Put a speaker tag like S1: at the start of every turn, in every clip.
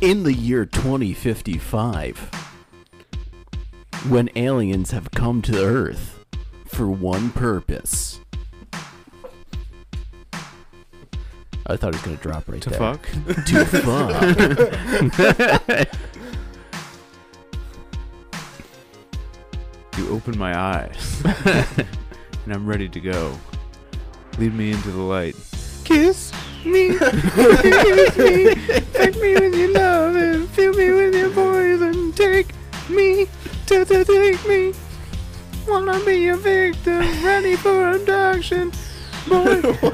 S1: In the year 2055, when aliens have come to Earth for one purpose. I thought it was going to drop right
S2: To
S1: there.
S2: fuck?
S1: To fuck.
S2: You open my eyes, and I'm ready to go. Lead me into the light. Kiss me, kiss me, take me with your love and fill me with your poison. Take me, to to take me. Wanna be your victim, ready for abduction. Boy,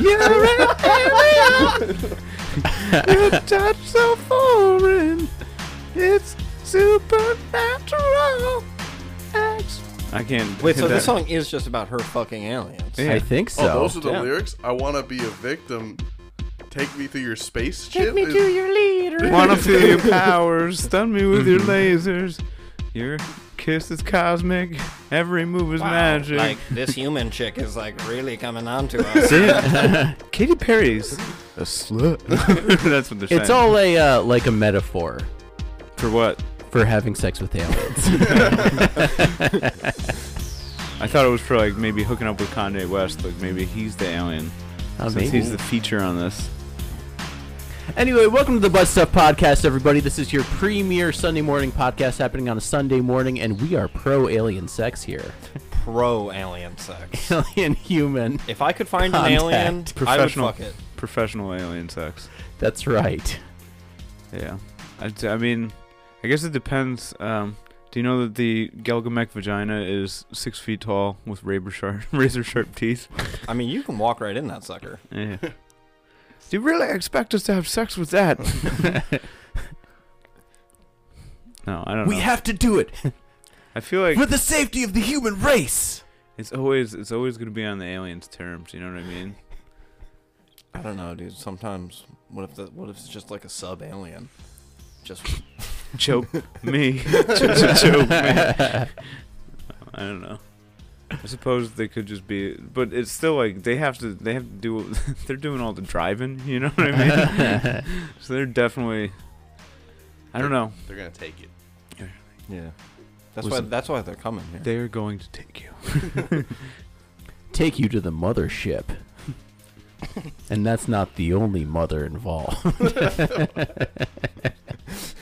S2: you're an alien. Your touch so foreign, it's supernatural. I can't.
S3: Wait,
S2: hit
S3: so
S2: that.
S3: this song is just about her fucking aliens.
S2: Yeah.
S1: I think so.
S4: Oh, those are the
S2: yeah.
S4: lyrics. I want to be a victim. Take me through your space ship. is-
S3: your leader.
S2: Wanna feel your powers, stun me with your lasers. Your kiss is cosmic, every move is magic.
S3: Like this human chick is like really coming on to us.
S2: Damn. Katy Perry's a slut. That's what they're saying.
S1: it's all a uh, like a metaphor
S2: for what?
S1: for having sex with aliens. Uh,
S2: I thought it was for like maybe hooking up with Kanye West. Like maybe he's the alien
S3: Uh,
S1: I
S2: since
S1: mean-
S2: he's the feature on this.
S1: Anyway, welcome to the Butt Stuff Podcast, everybody. This is your premier Sunday morning podcast happening on a Sunday morning, and we are pro alien sex here.
S3: Pro alien sex.
S1: Alien human.
S3: If I could find
S1: Contact.
S3: an alien, I would
S2: Professional,
S3: fuck it.
S2: professional alien sex.
S1: That's right.
S2: Yeah. I, I mean, I guess it depends. Um, do you know that the Gelgamek vagina is six feet tall with razor sharp, razor sharp teeth?
S3: I mean, you can walk right in that sucker.
S2: Yeah. Do you really expect us to have sex with that? no, I don't
S1: We
S2: know.
S1: have to do it
S2: I feel like
S1: for the safety of the human race.
S2: it's always it's always gonna be on the aliens' terms. You know what I mean?
S3: I don't know, dude. Sometimes, what if the what if it's just like a sub alien? Just
S2: Choke me, Ch- choke me. I don't know. I suppose they could just be, but it's still like they have to. They have to do. They're doing all the driving. You know what I mean? so they're definitely. I don't know.
S4: They're gonna take it.
S3: yeah. That's
S2: Listen.
S3: why that's why they're coming here.
S2: They are going to take you.
S1: Take you to the mothership. and that's not the only mother involved.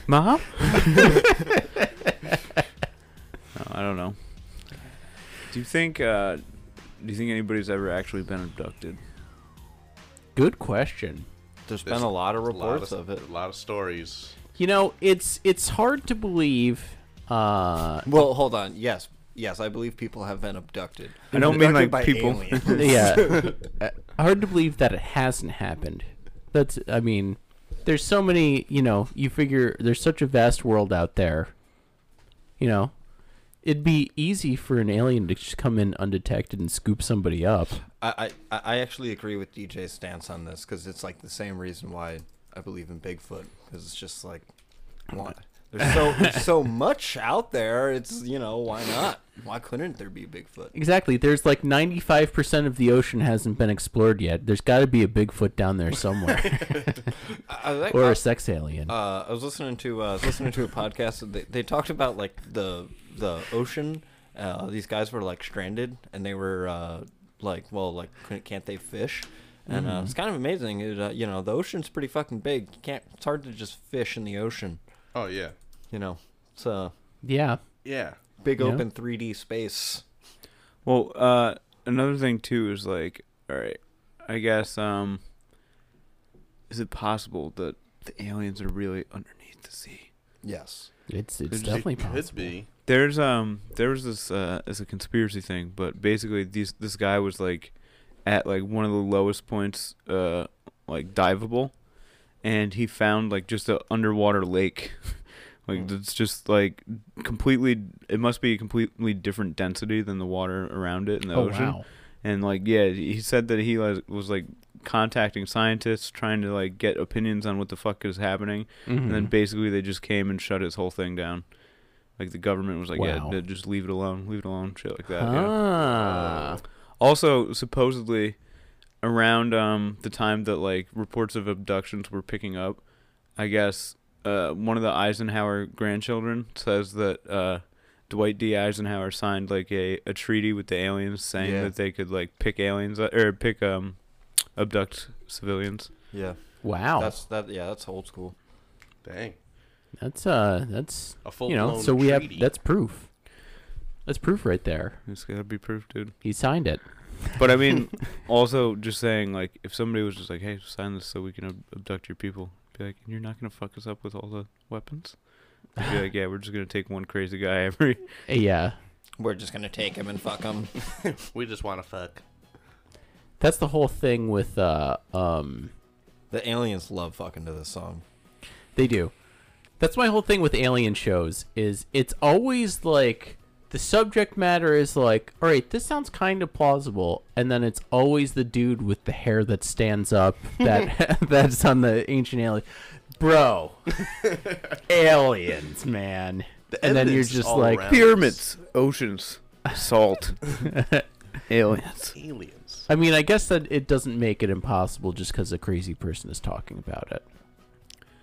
S2: Mom? no, I don't know. Do you think uh, do you think anybody's ever actually been abducted?
S1: Good question.
S3: There's been
S4: There's
S3: a lot of
S4: a lot
S3: reports of it.
S4: A lot of stories.
S1: You know, it's it's hard to believe uh
S3: Well, hold on. Yes, yes, I believe people have been abducted.
S2: I don't mean,
S3: Abducted
S2: like,
S3: by
S2: people.
S3: aliens.
S1: yeah Uh, hard to believe that it hasn't happened that's i mean there's so many you know you figure there's such a vast world out there you know it'd be easy for an alien to just come in undetected and scoop somebody up
S3: I, I, I actually agree with DJ's stance on this because it's like the same reason why I believe in Bigfoot because it's just like, why? There's so there's so much out there. It's you know why not? Why couldn't there be Bigfoot?
S1: exactly there's like 95% of the ocean hasn't been explored yet there's got to be a bigfoot down there somewhere
S3: I, I like-
S1: or a sex alien
S3: uh, I was listening to uh, I was listening to a podcast. And they, they talked about like the the ocean. Uh, these guys were like stranded, and they were uh, like, well, like couldn't, can't they fish? And uh, it's kind of amazing. It, uh, you know, the ocean's pretty fucking big. You can't. It's hard to just fish in the ocean.
S4: Oh yeah,
S3: You know, it's a
S1: yeah
S4: yeah.
S3: big
S1: Yeah.
S3: open 3D space.
S2: Well, uh, another thing too is like, all right, I guess um, is it possible that the aliens are really underneath the sea?
S3: Yes.
S1: it's
S2: There's
S1: it's
S2: a-
S1: definitely
S4: Could
S1: possible
S4: be.
S2: There's um there was this uh it's a conspiracy thing, but basically these this guy was like at like one of the lowest points uh like diveable and he found like just a underwater lake. like
S3: Hmm.
S2: it's just like completely it must be a completely different density than the water around it in the
S1: oh
S2: ocean.
S1: wow
S2: And like yeah, he said that he like, was like contacting scientists trying to like get opinions on what the fuck is happening and then
S1: Mhm.
S2: basically they just came and shut his whole thing down. Like the government was like,
S1: Wow.
S2: yeah, d- just leave it alone, leave it alone, shit like that. yeah.
S1: ah.
S2: Also, supposedly, around um the time that like reports of abductions were picking up, I guess uh, one of the Eisenhower grandchildren says that uh, Dwight D. Eisenhower signed like a, a treaty with the aliens saying
S3: Yeah.
S2: that they could like pick aliens up- or pick um abduct civilians.
S3: Yeah,
S1: Wow, that's,
S3: that's that. Yeah, that's old school.
S4: Dang.
S1: uh, that's
S4: A full
S1: you know, so we have that's proof. That's proof right there.
S2: It's gotta be proof, dude.
S1: He signed it.
S2: But I mean, also just saying like if somebody was just like, hey, sign this so we can ab- abduct your people, be like, you're not gonna fuck us up with all the weapons. They'd Be like, yeah, we're just gonna take one crazy guy every.
S1: Uh, Yeah,
S3: We're just gonna take him and fuck him.
S4: we just want to fuck.
S1: that's the whole thing with uh um
S3: The aliens love fucking to this song.
S1: They do. That's my whole thing with alien shows is it's always like the subject matter is like, all right, this sounds kind of plausible, and then it's always the dude with the hair that stands up that that's on the ancient alien, bro. aliens, man.
S4: The
S1: and then you're
S4: evidence is
S1: just
S4: all
S1: like,
S4: around.
S2: Pyramids, oceans, salt, aliens.
S4: Aliens.
S1: I mean, I guess that it doesn't make it impossible just because a crazy person is talking about it,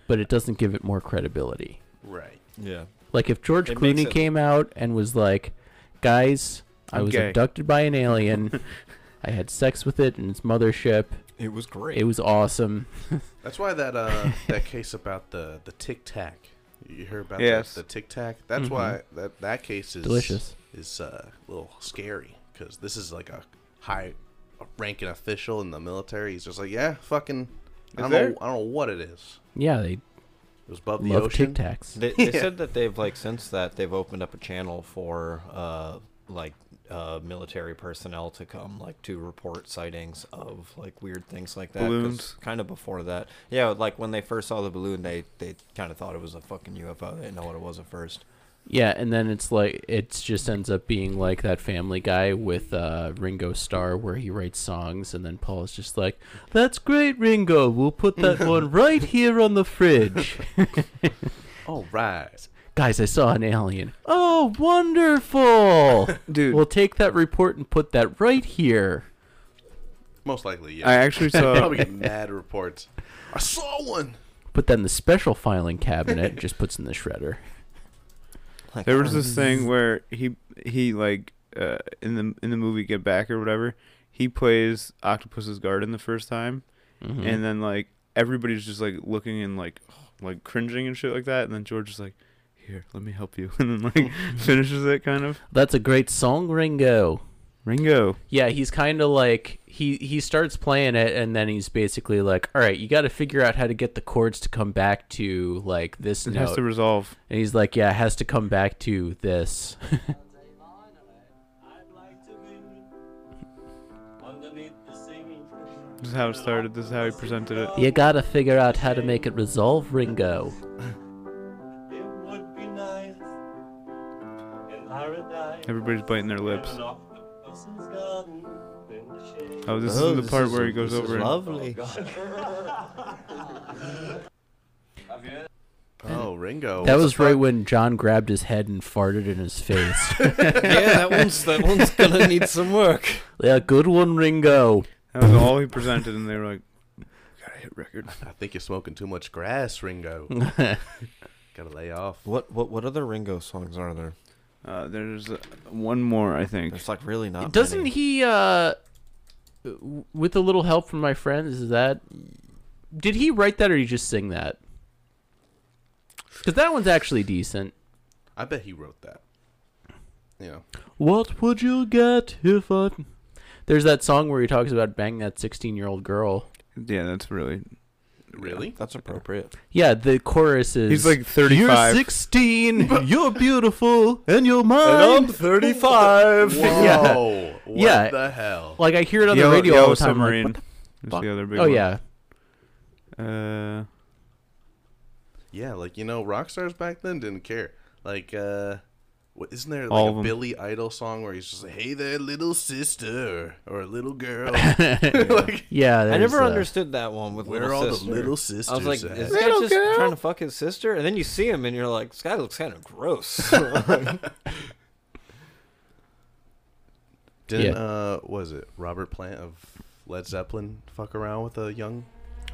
S1: but it doesn't give it more credibility.
S4: Right.
S3: Yeah.
S1: Like if George
S3: It makes
S1: Clooney
S3: it-
S1: came out and was like, "Guys, I
S2: I'm
S1: was
S2: gay."
S1: abducted by an alien. I had sex with it in its mothership.
S3: It was great.
S1: It was awesome."
S4: That's why that uh that case about the the Tic Tac. You heard about
S2: Yes.
S4: that, the Tic Tac? That's
S1: Mhm.
S4: why that that case is
S1: Delicious.
S4: is uh, a little scary because this is like a high ranking official in the military. He's just like, yeah, fucking.
S2: Is
S4: I don't
S2: there-
S4: know. I don't know what it is.
S1: Yeah, they
S4: It was above the
S1: love Tic
S4: ocean.
S1: Tacs.
S3: They, they
S4: Yeah.
S3: said that they've like since that they've opened up a channel for uh like uh military personnel to come like to report sightings of like weird things like that.
S2: Balloons.
S3: Kind of before that, yeah. Like when they first saw the balloon, they they kind of thought it was a fucking UFO. They didn't know what it was at first.
S1: Yeah, and then it's like it just ends up being like that Family Guy with uh, Ringo Starr, where he writes songs, and then Paul's just like, "That's great, Ringo. We'll put that one right here on the fridge."
S4: All Oh, right.
S1: Guys, I saw an alien. Oh, wonderful!
S2: Dude,
S1: We'll take that report and put that right here.
S4: Most likely, yeah.
S2: I actually saw.
S4: Probably get mad reports. I saw one.
S1: But then the special filing cabinet just puts in the shredder.
S3: Like,
S2: there was this thing where he he like uh, in the in the movie Get Back or whatever, he plays Octopus's Garden the first time,
S1: Mm-hmm.
S2: and then like everybody's just like looking and like like cringing and shit like that, and then George is like, "Here, let me help you," and then like finishes it kind of.
S1: That's a great song, Ringo.
S2: Ringo,
S1: Yeah, he's kind of like he he starts playing it and then he's basically like, "All right, you got to figure out how to get the chords to come back to like this
S2: it
S1: note."
S2: has to resolve.
S1: and he's like, "Yeah, it has to come back to this."
S2: This is how it started. This is how he presented it.
S1: you got to figure out how to make it resolve, Ringo.
S5: It would be nice in paradise.
S2: Everybody's biting their lips.
S5: and off the person's garden in the shade.
S2: Oh, this
S3: Oh,
S2: is the
S3: this
S2: part
S3: is-
S2: where he goes
S3: this is
S2: over. and,
S3: Lovely.
S4: Oh, Ringo.
S1: that
S4: what the
S1: was right
S4: fuck?
S1: when John grabbed his head and farted in his face.
S3: yeah, that one's that one's gonna need some work.
S1: yeah, good one, Ringo.
S2: that was all he presented, and they were like, "Gotta hit record."
S4: I think you're smoking too much grass, Ringo. Gotta lay off.
S3: What what what other Ringo songs are there?
S2: Uh, there's uh, one more, I think.
S3: There's like really not.
S1: Doesn't
S3: many.
S1: he, uh, w- with a little help from my friends, is that. Did he write that or did he just sing that? Because that one's actually decent.
S4: I bet he wrote that. You know.
S1: What would you get if I. There's that song where he talks about banging that 16 year old girl.
S2: Yeah, that's really.
S4: Really?
S3: That's appropriate.
S1: Yeah, the chorus is.
S2: He's like
S1: You're
S2: 35.
S1: 16, you're beautiful, and you're mine.
S3: 35.
S4: Whoa.
S1: Yeah.
S4: What
S1: Yeah.
S4: the hell?
S1: Like, I hear it on
S2: Yellow-
S1: the radio
S2: Yellow
S1: all the time. I'm like, what
S2: Submarine.
S1: the
S2: is
S1: fuck?
S2: the other big
S1: oh,
S2: one.
S1: yeah.
S2: Uh,
S4: Yeah, like you know, rock stars back then didn't care. Like, uh, what isn't there like
S2: All of
S4: a
S2: 'em.
S4: Billy Idol song where he's just like, "Hey there, little sister or little girl." like,
S1: Yeah.
S3: I
S1: there's,
S3: never
S1: uh,
S3: understood that one with
S4: where
S3: little
S4: are all
S3: sister.
S4: the little sisters?
S3: I was like,
S4: at?
S3: is this guy just trying to fuck his sister? And then you see him and you're like, this guy looks kind of gross.
S4: didn't
S1: Yeah.
S4: uh, was it Robert Plant of Led Zeppelin fuck around with a young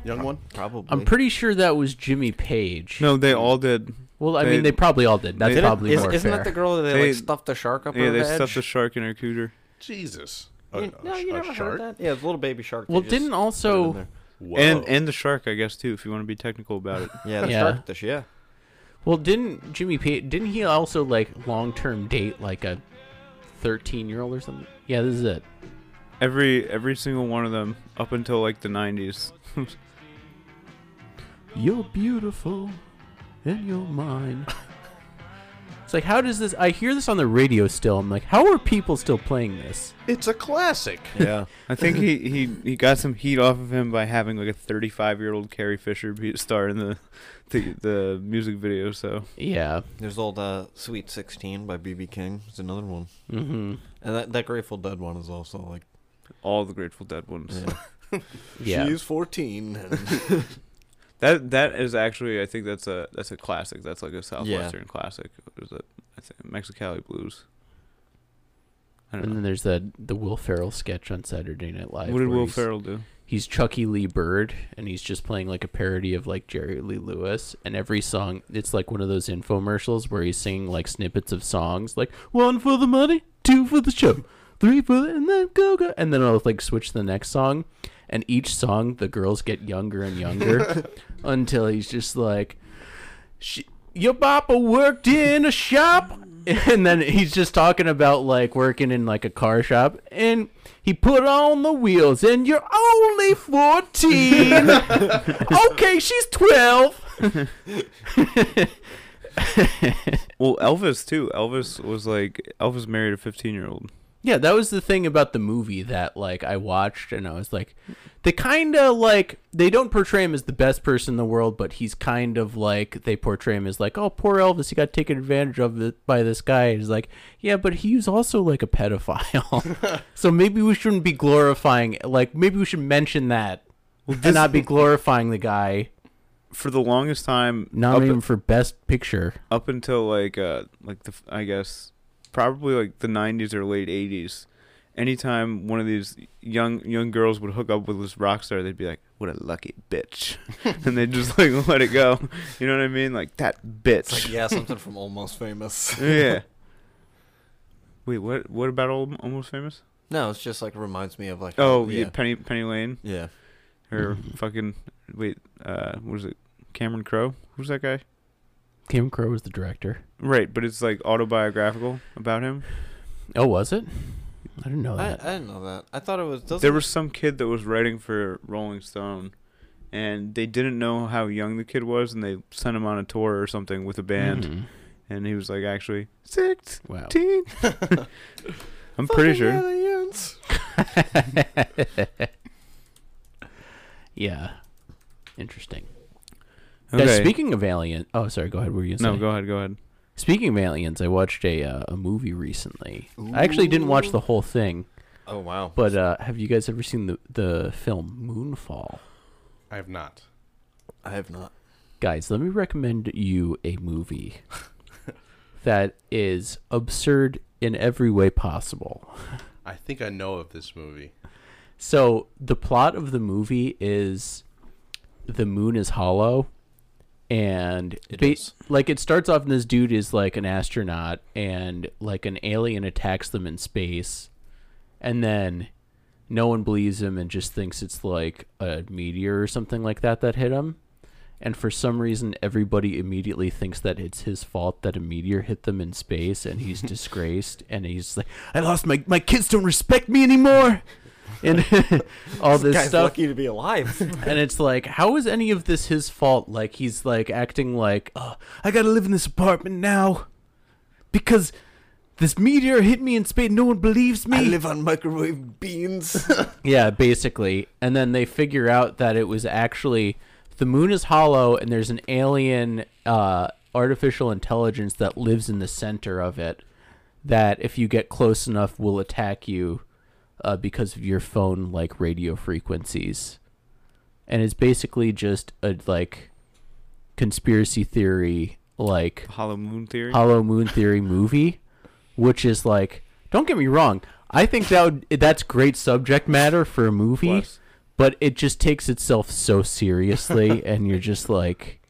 S4: Young one?
S3: Probably.
S1: I'm pretty sure that was Jimmy Page.
S2: No, they all did.
S1: Well, I
S2: They-
S1: mean, they probably all did. That's
S2: Didn't-
S1: probably
S3: is,
S1: more
S3: Isn't
S1: fair.
S3: that the girl that they,
S2: They-
S3: like stuffed the shark up
S2: Yeah,
S3: her
S2: they
S3: veg?
S2: stuffed a shark in her cooter.
S4: Jesus. A,
S3: You,
S4: a
S3: no,
S4: sh-
S3: you
S4: Oh, a
S3: never
S4: shark?
S3: heard that. Yeah, it's a little baby shark. they
S1: well,
S3: just
S1: didn't
S3: put it in
S1: also
S3: there.
S4: Whoa.
S2: And and the shark, I guess too, if you want to be technical about it.
S3: yeah, the
S1: Yeah.
S3: shark dish. Yeah,
S1: well didn't Jimmy Page didn't he also like long term date like a 13 year old or something? Yeah, this is it.
S2: Every every single one of them up until like the 90s.
S1: You're beautiful, and you're mine. it's like how does this? I hear this on the radio still. I'm like, how are people still playing this?
S4: It's a classic.
S3: yeah.
S2: I think he, he, he got some heat off of him by having like a 35 year old Carrie Fisher be star in the the, the music video. So
S1: Yeah.
S3: There's old uh, Sweet Sixteen by BB King. It's another one,
S1: Mm-hmm.
S3: and that, that Grateful Dead one is also like.
S2: all the Grateful Dead ones.
S3: Yeah.
S1: Yeah.
S3: She's fourteen. and-
S2: That that is actually I think that's a that's a classic. That's like a southwestern classic. What is it? I think Mexicali Blues. I
S1: And
S2: don't know.
S1: then there's the the Will Ferrell sketch on Saturday Night Live.
S2: What did
S1: where
S2: Will
S1: he's-
S2: Ferrell do?
S1: He's Chucky Lee Bird, and he's just playing like a parody of like Jerry Lee Lewis. And every song, it's like one of those infomercials where he's singing like snippets of songs, like one for the money, two for the show, three for the, and then go go. And then I'll like switch to the next song, and each song the girls get younger and younger until he's just like, she, your papa worked in a shop and then he's just talking about like working in like a car shop and he put on the wheels and you're only 14 okay she's 12
S2: Well, Elvis too. Elvis was like Elvis married a 15 year old.
S1: yeah that was the thing about the movie that like i watched and i was like they kind of like they don't portray him as the best person in the world but he's kind of like they portray him as like oh poor elvis he got taken advantage of it by this guy and he's like yeah but he was also like a pedophile so maybe we shouldn't be glorifying like maybe we should mention that and not be glorifying the guy
S2: For the longest time, up,
S1: nominating him for best picture
S2: up until like uh like the f- I guess probably like the 90s or late 80s. Anytime one of these young young girls would hook up with this rock star, they'd be like, "What a lucky bitch," and they just like let it go. You know what I mean? Like that bitch.
S3: It's like yeah, something from Almost Famous.
S2: yeah. Wait, what? What about Al- Almost Famous?
S3: No, it's just like reminds me of like
S2: Oh, yeah,
S3: yeah,
S2: Penny Penny Lane.
S3: yeah.
S2: Her fucking wait, uh, what is it? Cameron Crowe. Who's that guy?
S1: kim crow was the director
S2: Right, but it's like autobiographical about him.
S1: oh was it i didn't know
S3: I, I
S1: that
S3: didn't know that. I thought it was. doesn't-
S2: There was some kid that was writing for Rolling Stone, and they didn't know how young the kid was, and they sent him on a tour or something with a band,
S1: Mhm.
S2: and he was like actually sixteen.
S1: wow
S2: I'm pretty sure.
S1: yeah. Interesting. Guys,
S2: Okay.
S1: speaking of aliens, oh sorry, go ahead. What Were you
S2: no,
S1: saying?
S2: go ahead, go ahead.
S1: Speaking of aliens, I watched a uh, a movie recently. I actually didn't watch the whole thing,
S3: Oh wow.
S1: but uh, have you guys ever seen the the film Moonfall?
S4: I have not.
S3: I have not.
S1: Guys, let me recommend you a movie that is absurd in every way possible.
S4: I think I know of this movie.
S1: So the plot of the movie is the moon is hollow, and
S3: It is.
S1: like it starts off and this dude is like an astronaut, and like an alien attacks them in space, and then no one believes him and just thinks it's like a meteor or something like that that hit him. And for some reason, everybody immediately thinks that it's his fault that a meteor hit them in space, and he's disgraced. And he's like, "I lost my my kids don't respect me anymore," and all this
S3: Guy's
S1: stuff.
S3: lucky to be alive.
S1: And it's like, how is any of this his fault? Like he's like acting like, oh, I gotta live in this apartment now because this meteor hit me in space. No one believes me.
S3: on microwave beans.
S1: Yeah, basically. And then they figure out that it was actually the moon is hollow and there's an alien uh, artificial intelligence that lives in the center of it that if you get close enough will attack you uh, because of your phone like radio frequencies. And it's basically just a like conspiracy theory like
S2: Hollow Moon Theory.
S1: Hollow Moon Theory movie, which is like, don't get me wrong, I think that would, that's great subject matter for a movie,
S2: Plus.
S1: but it just takes itself so seriously, and you're just like,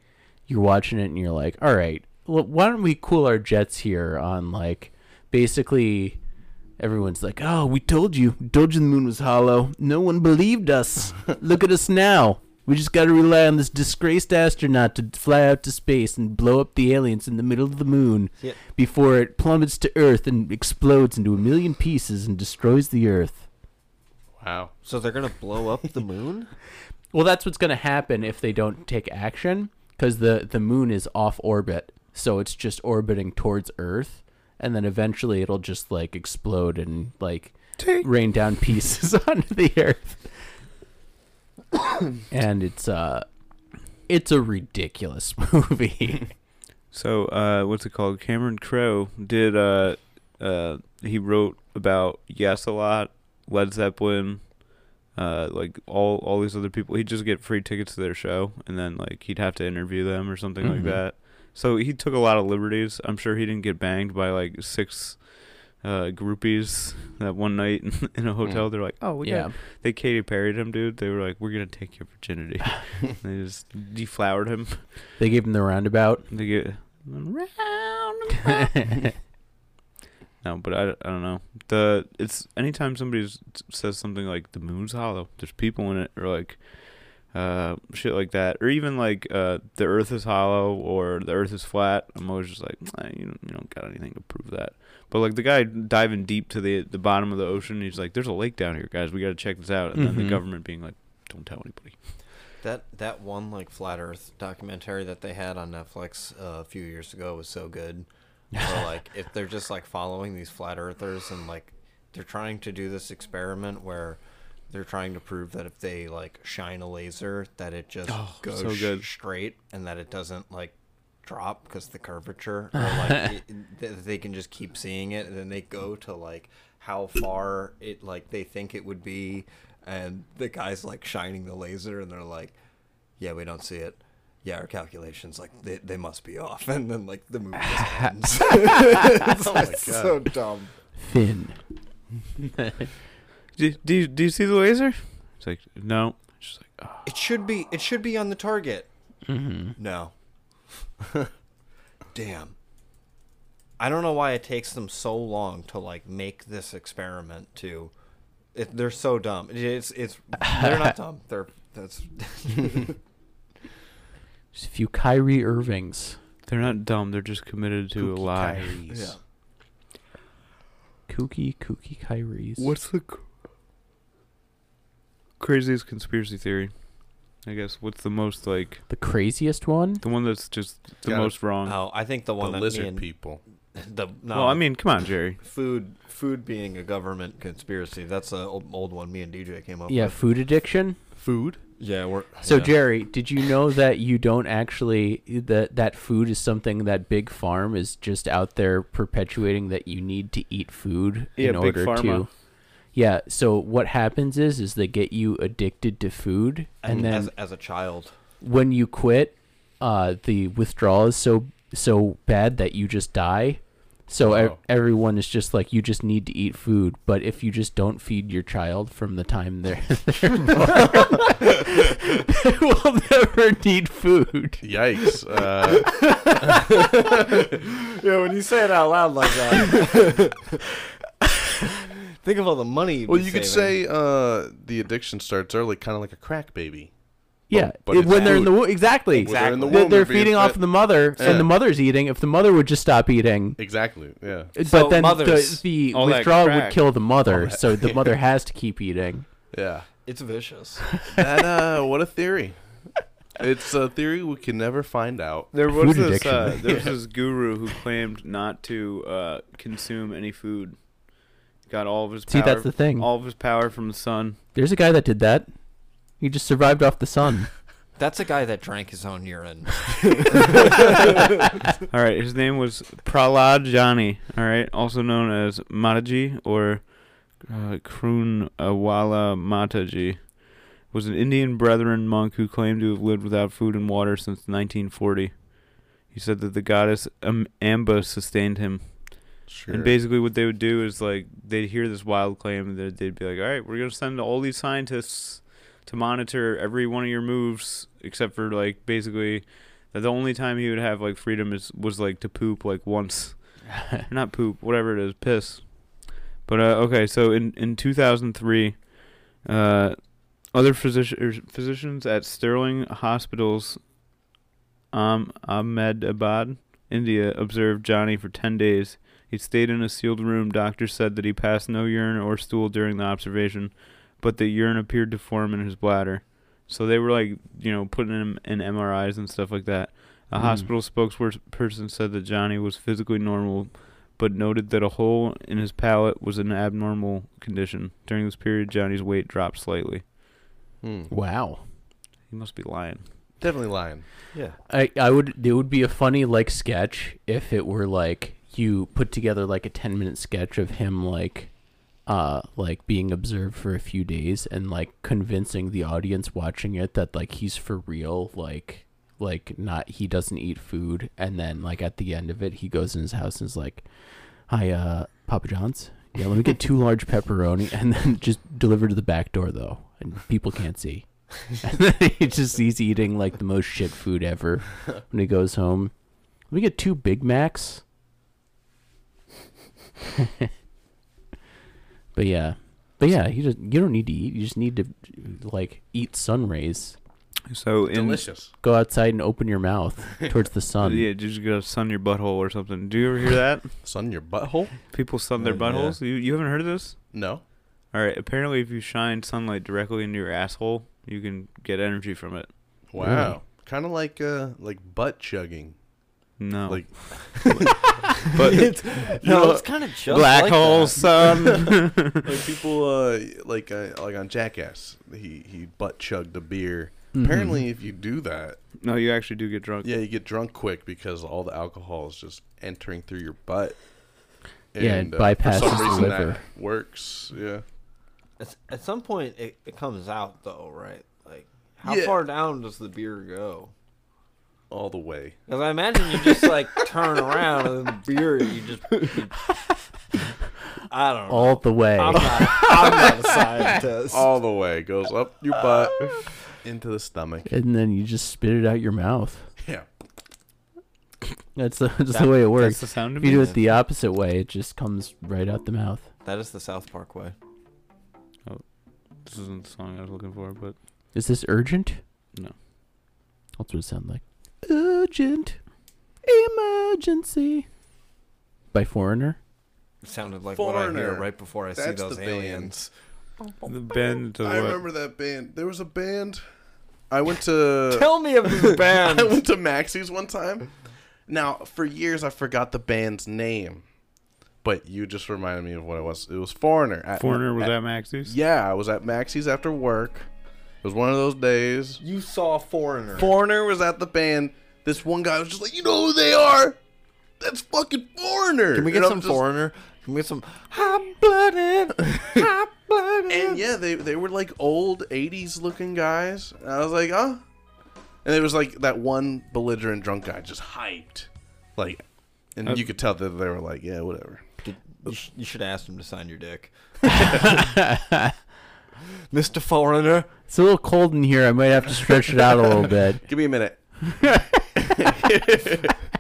S1: you're watching it, and you're like, all right, well, why don't we cool our jets here on like, basically, everyone's like, oh, we told you, told you the moon was hollow. No one believed us. Look at us now. We just got to rely on this disgraced astronaut to fly out to space and blow up the aliens in the middle of the moon
S3: Yeah.
S1: before it plummets to Earth and explodes into a million pieces and destroys the Earth.
S4: Wow.
S3: So they're gonna blow up the moon?
S1: Well, that's what's going to happen if they don't take action because the, the moon is off orbit. So it's just orbiting towards Earth. And then eventually it'll just like explode and like rain down pieces onto the Earth. and it's, uh, it's a ridiculous movie.
S2: So, uh, what's it called? Cameron Crowe did. Uh, uh, he wrote about Yes a lot, Led Zeppelin, uh, like all all these other people. He'd just get free tickets to their show, and then like he'd have to interview them or something
S1: Mhm.
S2: like that. So he took a lot of liberties. I'm sure he didn't get banged by like six uh, groupies that one night in a hotel. They're like, oh, we yeah.
S1: yeah.
S2: They Katy Perry'd him, dude. They were like, we're gonna take your virginity. they just deflowered him.
S1: They gave him the roundabout.
S2: They get No, but I, I don't know. The it's anytime somebody s- says something like the moon's hollow, there's people in it or like uh shit like that or even like uh the earth is hollow or the earth is flat. I'm always just like "Ah, you don't, you don't got anything to prove that. But like the guy diving deep to the the bottom of the ocean, he's like there's a lake down here, guys. We got to check this out. And then
S1: Mhm.
S2: the government being like don't tell anybody.
S3: That that one like flat Earth documentary that they had on Netflix uh, a few years ago was so good. Or like if they're just like following these flat Earthers and like they're trying to do this experiment where they're trying to prove that if they like shine a laser that it just goes
S2: Oh, so good.
S3: sh- straight and that it doesn't like drop because the curvature or like it, th- they can just keep seeing it and then they go to like how far it like they think it would be and the guy's like shining the laser and they're like yeah we don't see it yeah our calculations like they, they must be off and then like the movie just ends it's like, "Oh so dumb
S1: Finn.
S2: Do, do, you, do you see the laser? It's like no. She's like
S3: it should be it should be on the target no damn i don't know why it takes them so long to like make this experiment to it, they're so dumb It- it's it's they're not dumb they're that's
S1: There's a few Kyrie Irvings.
S2: They're not dumb. They're just committed to a
S4: Kooky
S2: lie.
S4: Kyries.
S3: yeah
S1: Kooky, kooky Kyries.
S2: What's the c- craziest conspiracy theory? I guess what's the most like
S1: The craziest one?
S2: the one that's just the
S4: Gotta-
S2: most wrong?
S3: oh i think the
S4: The
S3: one that
S4: lizard
S3: me and,
S4: people.
S3: the no
S2: Well, I mean, come on, Jerry.
S3: food food being a government conspiracy that's an old, old one me and dj came up
S1: Yeah,
S3: with
S1: food addiction.
S2: Food?
S3: yeah we're
S1: So
S3: yeah.
S1: Jerry, did you know that you don't actually that that food is something that big farm is just out there perpetuating that you need to eat food
S2: Yeah,
S1: in
S2: Big
S1: order
S2: Pharma.
S1: to Yeah, so what happens is is they get you addicted to food and, then
S3: as, as a child
S1: when you quit, uh, the withdrawal is so so bad that you just die. So e-
S4: Oh.
S1: everyone is just like, you just need to eat food. But if you just don't feed your child from the time they're, they're born, they will never need food.
S4: Yikes. Uh,
S3: Yeah, when you say it out loud like that. Think of all the money. You'd
S4: well,
S3: be
S4: you could
S3: saving.
S4: say uh, the addiction starts early, kind of like a crack baby.
S1: Yeah,
S4: but
S1: it-
S4: it's
S1: when they're in the wo- exactly,
S4: When they're in the
S1: They're-
S4: womb,
S1: they're,
S4: it'd be
S1: feeding
S4: a-
S1: off the mother,
S4: Yeah.
S1: and the mother's eating. If the mother would just stop eating,
S4: Exactly. Yeah.
S3: So
S1: but then
S3: mothers,
S1: the, the
S2: all that
S1: withdrawal would
S2: crack.
S1: kill the mother, so the mother has to keep eating.
S4: Yeah.
S3: it's vicious.
S4: That uh, what a theory. It's a theory we can never find out.
S2: There was
S1: Food
S2: this
S1: addiction.
S2: uh, there was this guru who claimed not to uh, consume any food. Got all of his
S1: See,
S2: power,
S1: that's the thing.
S2: all of his power from the sun.
S1: There's a guy that did that. He just survived off the sun.
S3: That's a guy that drank his own urine.
S2: All right, his name was Pralad Jani. All right, also known as Mataji or uh, Krunawala Mataji, was an Indian Brethren monk who claimed to have lived without food and water since 1940. He said that the goddess um, Amba sustained him.
S4: Sure.
S2: And basically, what they would do is like they'd hear this wild claim, and they'd, they'd be like, "All right, we're gonna send all these scientists to monitor every one of your moves except for like basically that the only time he would have like freedom is was like to poop like once not poop whatever it is piss but uh, okay so in in 2003 uh other physici- er, physicians at Sterling Hospitals um Ahmedabad India observed Johnny for 10 days he stayed in a sealed room doctors said that he passed no urine or stool during the observation but the urine appeared to form in his bladder. So they were like, you know, putting him in MRIs and stuff like that. A
S1: Mm.
S2: hospital spokesperson said that Johnny was physically normal, but noted that a hole in his palate was an abnormal condition. During this period, Johnny's weight dropped slightly.
S4: Hmm.
S1: Wow.
S2: He must be lying.
S4: Definitely lying.
S3: Yeah.
S1: I, I would it would be a funny like sketch if it were like you put together like a 10 minute sketch of him like uh like being observed for a few days and like convincing the audience watching it that like he's for real like like not he doesn't eat food and then like at the end of it he goes in his house and is like hi uh papa john's yeah let me get two large pepperoni and then just deliver to the back door though and people can't see and then he just he's eating like the most shit food ever when he goes home. Let me get two Big Macs. but yeah, but yeah, you just you don't need to eat. You just need to like eat sun rays.
S2: So in
S4: Delicious.
S1: Go outside and open your mouth towards the sun.
S2: yeah, just go sun your butthole or something. Do you ever hear that?
S4: Sun your butthole?
S2: People sun their
S3: Uh, yeah.
S2: buttholes. You you haven't heard of this?
S4: No.
S2: All right. Apparently, if you shine sunlight directly into your asshole, you can get energy from it.
S4: Wow. Kind of like uh like butt chugging.
S2: No.
S4: Like
S2: but
S3: No, it's kind of just
S2: black
S3: like
S2: hole
S3: that.
S2: sun.
S4: like people uh like uh, like on Jackass. He he butt chugged a beer. Apparently if you do that,
S2: no, you actually do get drunk.
S4: yeah, you get drunk quick because all the alcohol is just entering through your butt. uh,
S1: Yeah, it
S4: for some
S1: bypasses the
S4: reason
S1: liver.
S4: That works. Yeah.
S3: At, at some point, it, it comes out though, right? Like, how
S4: Yeah.
S3: far down does the beer go?
S4: All the way.
S3: Because I imagine you just like turn around and then the beer you just. you- I don't know.
S1: All the way.
S3: I'm, not, I'm not a scientist.
S4: All the way goes up your butt into the stomach.
S1: and then you just spit it out your mouth.
S4: Yeah.
S1: That's the, that's the way it
S2: That's
S1: works.
S2: the sound of
S1: If you do
S2: it.
S1: it the opposite way, it just comes right out the mouth.
S3: That is the South Park way.
S2: This isn't the song I was looking for, but
S1: Is this urgent?
S2: No.
S1: That's what it sounded like. Urgent. Emergency. By Foreigner?
S3: It sounded like what I hear
S4: Foreigner.
S3: right before I see
S4: That's
S3: those
S4: the
S3: aliens.
S2: the band to
S4: I remember that band. There was a band. I went to
S3: Tell me of this band.
S4: I went to Maxie's one time. Now, for years, I forgot the band's name, but you just reminded me of what it was. It was Foreigner. At-
S2: Foreigner was
S4: at-
S2: that Maxie's?
S4: Yeah, I was at Maxie's after work. It was one of those days.
S3: you saw Foreigner.
S4: Foreigner was at the band. This one guy was just like, "You know who they are? That's fucking Foreigner."
S3: Can we get
S4: And I'm
S3: some
S4: just-
S3: Foreigner? Can we get some hot blooded, hot blooded?
S4: And yeah, they they were like old '80s looking guys. And I was like, huh. And it was like that one belligerent drunk guy just hyped, like, and you could tell that they were like, yeah, whatever.
S3: Did, you, sh- you should have asked him to sign your dick. Mr. Foreigner.
S1: It's a little cold in here. I might have to stretch it out a little bit.
S4: Give me a minute.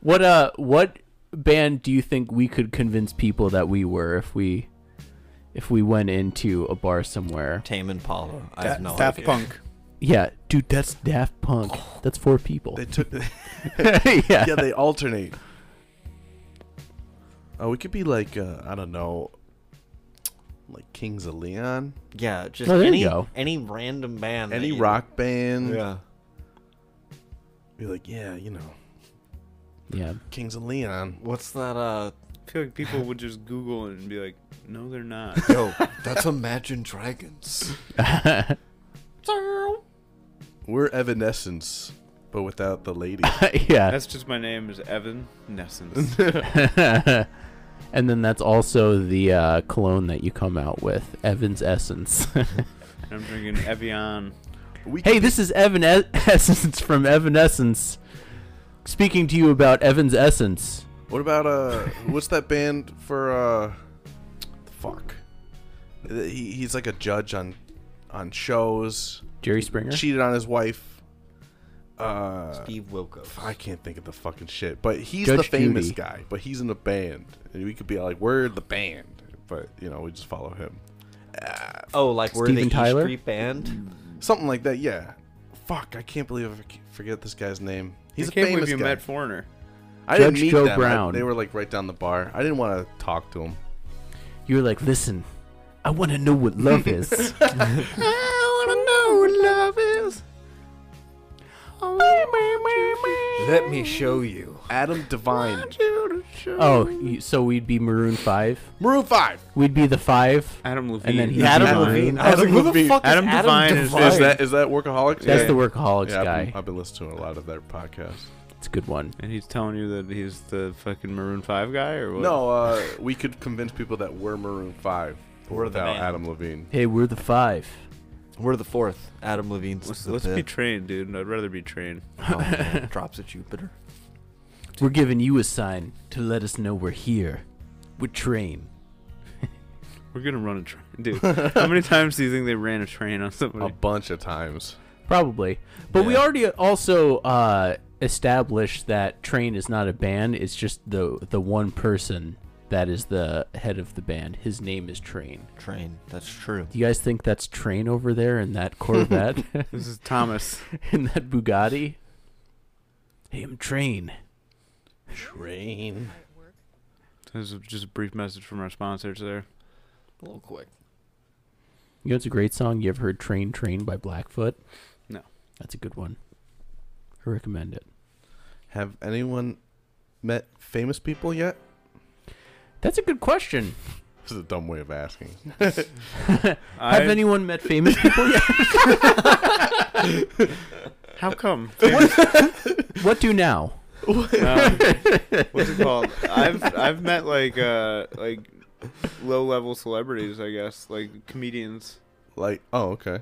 S1: What uh what band do you think we could convince people that we were if we if we went into a bar somewhere?
S3: Tame Impala. I have no
S2: Daft
S3: idea.
S2: Punk.
S1: Yeah, dude, that's Daft Punk. That's four people.
S4: They took.
S1: yeah.
S4: yeah, they alternate. Oh, we could be like uh, I don't know, like Kings of Leon,
S3: Yeah, just
S1: Oh, there you
S3: any,
S1: go.
S3: any random band. that
S4: any
S3: you-
S4: rock band.
S3: Yeah.
S4: Be like, yeah, you know,
S1: Yeah.
S4: Kings of Leon.
S3: What's that? Uh,
S2: I feel like people would just Google it and be like, no, they're not.
S3: yo, that's Imagine Dragons.
S4: We're Evanescence, but without the lady.
S1: yeah.
S2: That's just my name is Evan Nessens.
S1: and then that's also the uh, cologne that you come out with, Evan's Essence.
S2: I'm drinking Evian.
S4: We
S1: hey, this is Evan e- Essence from Evanescence, speaking to you about Evan's Essence.
S4: What about uh, what's that band for uh, fuck? He, he's like a judge on on shows,
S1: Jerry Springer.
S4: cheated on his wife. Uh,
S3: Steve Wilkos.
S4: I can't think of the fucking shit, but he's
S1: Judge
S4: the famous
S1: Judy.
S4: guy. But he's in a band, and we could be like, we're the band, but you know, we just follow him,
S3: oh, like we're the
S1: Steven
S3: E
S1: Tyler?
S3: Street Band.
S4: something like that. Yeah. Fuck, I can't believe I f- forget this guy's name. He's
S2: I
S4: a
S2: can't
S4: famous
S2: believe you
S4: guy.
S2: met Foreigner.
S4: I didn't
S1: Judge
S4: meet
S1: Joe
S4: them. I-
S1: Brown.
S4: they were like right down the bar. I didn't want to talk to him.
S1: You were like, listen, I want to know what love is.
S4: I want to know what love is. Oh,
S3: Let me show you.
S4: Adam Devine, Uh,
S1: oh, you, so we'd be Maroon Five.
S4: Maroon Five.
S1: We'd be the Five.
S2: Adam Levine.
S1: And then he-
S2: Adam,
S1: Adam
S2: Levine.
S1: Levine.
S4: I was like, who the fuck
S2: Adam Devine is
S4: is that? Is that workaholics?
S1: That's
S4: Yeah.
S1: the workaholics
S4: Yeah, I've
S1: guy.
S4: been, I've been listening to a lot of their podcast.
S1: It's a good one.
S2: And he's telling you that he's the fucking Maroon Five guy, or what?
S4: No, uh, we could convince people that we're Maroon Five
S3: We're the
S4: without
S3: band.
S4: Adam Levine.
S1: Hey, we're the Five.
S3: We're the fourth. Adam Levine's
S2: Let's,
S3: the
S2: let's be
S3: fifth.
S2: trained, dude. I'd rather be trained.
S3: Oh, man. drops of Jupiter.
S1: We're giving you a sign to let us know we're here. We're train.
S2: We're gonna run a train, dude. how many times do you think they ran a train on
S4: A
S2: somebody?
S4: bunch of times.
S1: Probably. But we
S3: Yeah.
S1: already also uh, established that Train is not a band. It's just the the one person that is the head of the band. His name is Train.
S3: Train. That's true.
S1: Do you guys think that's Train over there in that Corvette,
S2: This is Thomas.
S1: in that Bugatti? Hey, I'm Train.
S4: Train.
S2: This is just a brief message from our sponsors there.
S3: A little quick.
S1: You know, it's a great song. You ever heard Train Train by Blackfoot?
S2: No.
S1: That's a good one. I recommend it.
S4: Have anyone met famous people yet?
S1: That's a good question.
S4: This is a dumb way of asking.
S2: I,
S1: Have anyone met famous people yet?
S2: How come?
S1: what do now?
S2: Um, what's it called? I've I've met like uh like low level celebrities, I guess, like comedians.
S4: like, oh, okay.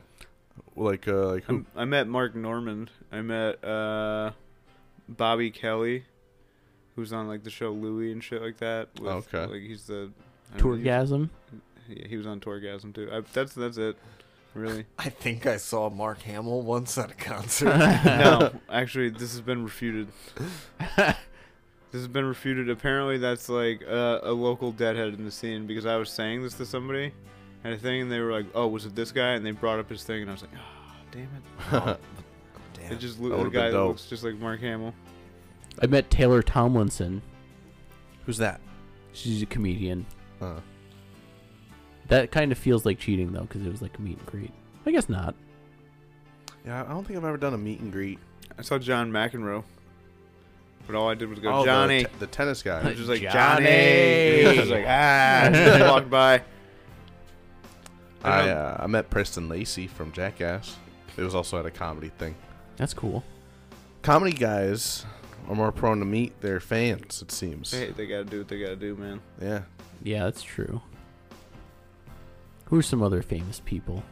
S4: Like, uh, like who?
S2: I'm, I met Mark Norman. I met uh Bobby Kelly, who's on like the show Louie and shit like that. with,
S4: Oh, Okay.
S2: Like he's the I don't know, he's-
S1: Tourgasm?
S2: Yeah, he was on Tourgasm too. I, that's that's it. Really?
S3: I think I saw Mark Hamill once at a concert.
S2: No, actually, this has been refuted. This has been refuted. Apparently, that's like a, a local deadhead in the scene because I was saying this to somebody at a thing, and they were like, "Oh, was it this guy?" And they brought up his thing, and I was like, "Ah, damn it!"
S3: Oh, Damn. Uh,
S2: It just looks the
S4: That would've been
S2: guy that
S4: dope.
S2: looks just like Mark Hamill.
S1: I met Taylor Tomlinson.
S4: Who's that?
S1: She's a comedian.
S4: Uh,
S1: That kind of feels like cheating though, because it was like a meet and greet. I guess not.
S4: yeah, I don't think I've ever done a meet and greet.
S2: I saw John McEnroe, but all I did was go
S4: Oh, the
S2: Johnny.
S4: te- the tennis
S2: I
S4: guy.
S2: was just like
S1: Johnny.
S2: Johnny. I was like ah, and just walked by.
S4: I
S2: know.
S4: uh, I met Preston Lacey from Jackass. It was also at a comedy thing.
S1: That's cool.
S4: Comedy guys are more prone to meet their fans, it seems.
S2: Hey, they gotta do what they gotta do, man.
S4: Yeah.
S1: Yeah, that's true. Who are some other famous people?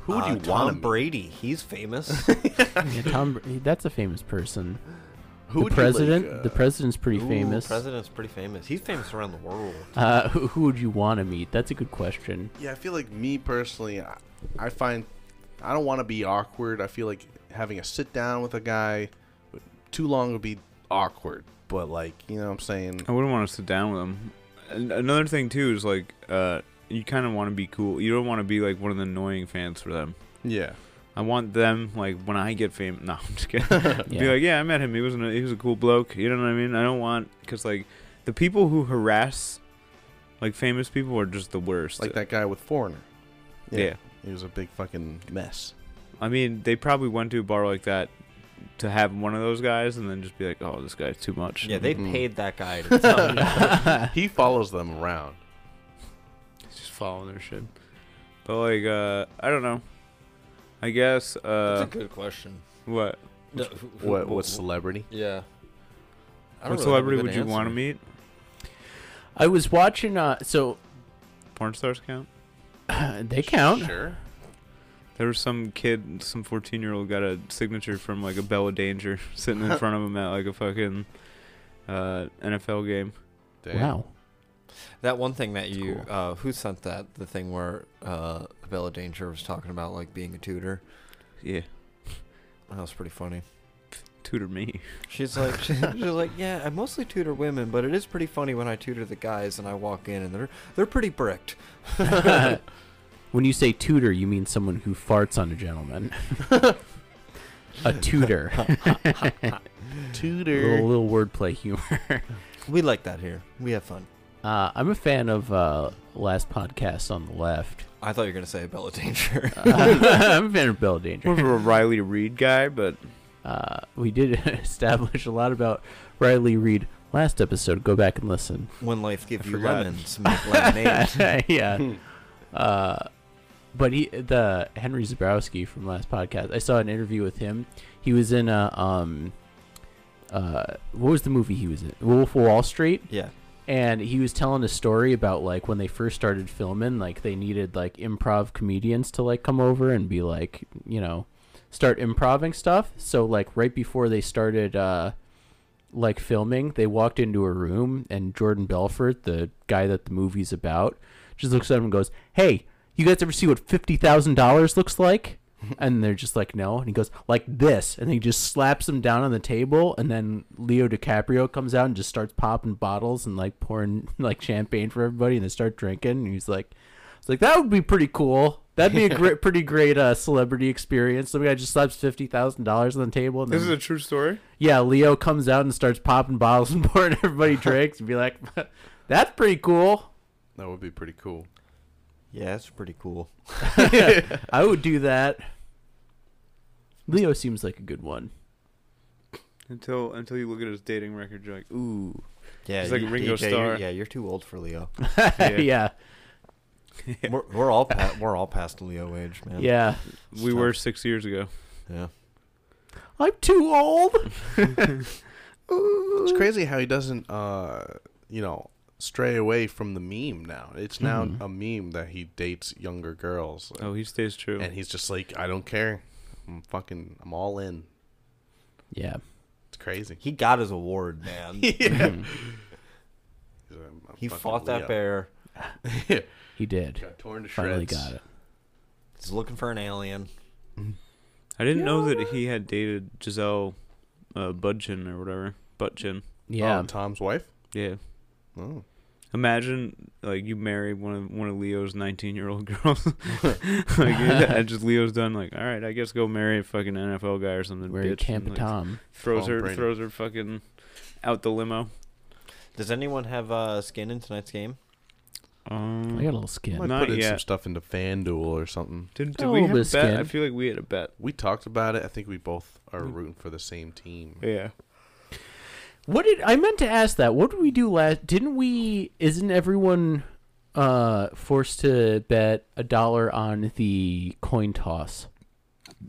S4: Who would
S3: Uh,
S4: you want
S3: Tom
S4: to meet?
S3: Brady. He's famous.
S1: Yeah, Tom, Br- that's a famous person.
S4: Who
S1: the
S4: would you, like,
S1: president?
S4: uh,
S1: the president's pretty
S3: Ooh,
S1: famous.
S3: President's pretty famous. He's famous around the world.
S1: Uh, who, who would you want to meet? That's a good question.
S4: Yeah, I feel like me personally, I, I find I don't want to be awkward. I feel like having a sit down with a guy too long would be awkward. But like, you know what I'm saying?
S2: I wouldn't want to sit down with him. An- Another thing too is like uh, you kind of want to be cool. You don't want to be like one of the annoying fans for them.
S4: Yeah.
S2: I want them like when I get famous. No, I'm just kidding. Be
S1: Yeah.
S2: like, yeah, I met him. He was an, he was a cool bloke. You know what I mean? I don't want because like the people who harass like famous people are just the worst.
S4: Like that guy with Foreigner.
S2: Yeah.
S4: He was a big fucking mess.
S2: I mean, they probably went to a bar like that to have one of those guys and then just be like, oh, this guy's too much.
S3: Yeah, they
S4: Mhm.
S3: paid that guy to tell him.
S4: He follows them around.
S2: just following their shit. But like, uh, I don't know. I guess
S3: That's a
S2: uh,
S3: good question.
S2: what
S4: What what celebrity?
S3: Yeah. I
S2: What
S3: don't really have a
S2: celebrity
S3: good
S2: would you want to
S3: answer.
S2: meet?
S1: I was watching. Uh, so
S2: Porn stars count?
S1: they count.
S4: Sure.
S2: There was some kid, some 14 year old, got a signature from like a Bella Danger sitting in front of him at like a fucking uh, NFL game.
S4: Damn.
S1: Wow.
S3: That one thing that you uh, who sent that the thing where uh, Bella Danger was talking about like being a tutor.
S2: Yeah.
S3: That was pretty funny.
S2: Tutor me.
S3: She's like, she- she's like, yeah, I mostly tutor women, but it is pretty funny when I tutor the guys and I walk in and they're they're pretty bricked.
S1: when you say tutor, you mean someone who farts on a gentleman. a tutor. little,
S4: Tutor.
S1: little wordplay humor.
S3: We like that here. We have fun.
S1: Uh, I'm a fan of uh, Last Podcast on the Left. Uh,
S3: I thought you were gonna say Bella Danger.
S1: I'm a fan of Bill
S2: More
S1: Danger.
S2: of a Riley Reed guy, but
S1: Uh, we did establish a lot about Riley Reed last episode. Go back and listen.
S3: when life gives you
S2: forgot.
S3: lemons, make lemonade.
S1: yeah. Uh, but he, the Henry Zabrowski from last podcast, I saw an interview with him. He was in a um, uh, what was the movie he was in? Wolf of Wall Street,
S3: yeah.
S1: and he was telling a story about like when they first started filming, like they needed like improv comedians to like come over and be like, you know, start improving stuff. So like right before they started. Uh, like filming, they walked into a room and Jordan Belfort, the guy that the movie's about, just looks at him and goes, "Hey, you guys ever see what fifty thousand dollars looks like?" And they're just like, "No." And he goes, "Like this," and he just slaps him down on the table. And then Leo DiCaprio comes out and just starts popping bottles and like pouring like champagne for everybody, and they start drinking. And he's like, "It's like that would be pretty cool." That'd be a great, pretty great uh, celebrity experience. Some guy just slaps fifty thousand dollars on the table. And then
S2: true story.
S1: yeah, Leo comes out and starts popping bottles and pouring everybody drinks and be like, that's pretty cool.
S4: That would be pretty cool.
S3: Yeah, that's pretty cool.
S1: I would do that. Leo seems like a good one.
S2: Until until you look at his dating record, you're like, ooh,
S3: Yeah,
S2: He's like
S3: you-
S2: Ringo
S3: DJ, you're-
S2: Starr.
S3: yeah, you're too old for Leo.
S1: Yeah.
S2: Yeah.
S1: yeah.
S3: We're, we're all pa- we're all past Leo age, man.
S2: we were six years ago.
S3: Yeah.
S1: I'm too old.
S4: It's crazy how he doesn't, uh, you know, stray away from the meme now. It's now
S1: Mhm.
S4: a meme that he dates younger girls.
S2: Oh, he stays true.
S4: And he's just like, I don't care. I'm fucking, I'm all in.
S1: Yeah.
S4: It's crazy.
S3: He got his award, man.
S4: He's a- a
S3: he
S4: fucking
S3: fought that
S4: Leo.
S3: bear.
S1: He did.
S4: Got torn to shreds. Oh,
S1: Finally got it.
S3: He's looking for an alien.
S2: I didn't know that he had dated Giselle uh, Budchin or whatever. Butchin.
S1: Yeah.
S4: Oh, Tom's wife?
S2: Yeah.
S4: Oh.
S2: Imagine like you marry one of one of Leo's nineteen year old girls. like yeah, and just Leo's done like, all right, I guess go marry a fucking NFL guy or something.
S1: Where you
S2: bitch,"
S1: camp
S2: and, like,
S1: Tom.
S2: Throws
S1: Oh,
S4: Tom
S2: her
S4: Brady.
S2: throws her fucking out the limo.
S3: Does anyone have uh, skin in tonight's game?
S2: Um,
S1: I got a little
S4: I might
S1: skin.
S2: Not
S4: put in some
S2: yet.
S4: stuff into FanDuel or something.
S2: Did,
S1: A
S2: did we
S1: little
S2: have a bet?
S1: bit of
S2: I
S1: skin.
S2: feel like we had a bet.
S4: We talked about it. I think we both are
S2: Mm.
S4: rooting for the same team.
S2: Yeah.
S1: What did I meant to ask that? What did we do last? Didn't we? Isn't everyone uh forced to bet a dollar on the coin toss?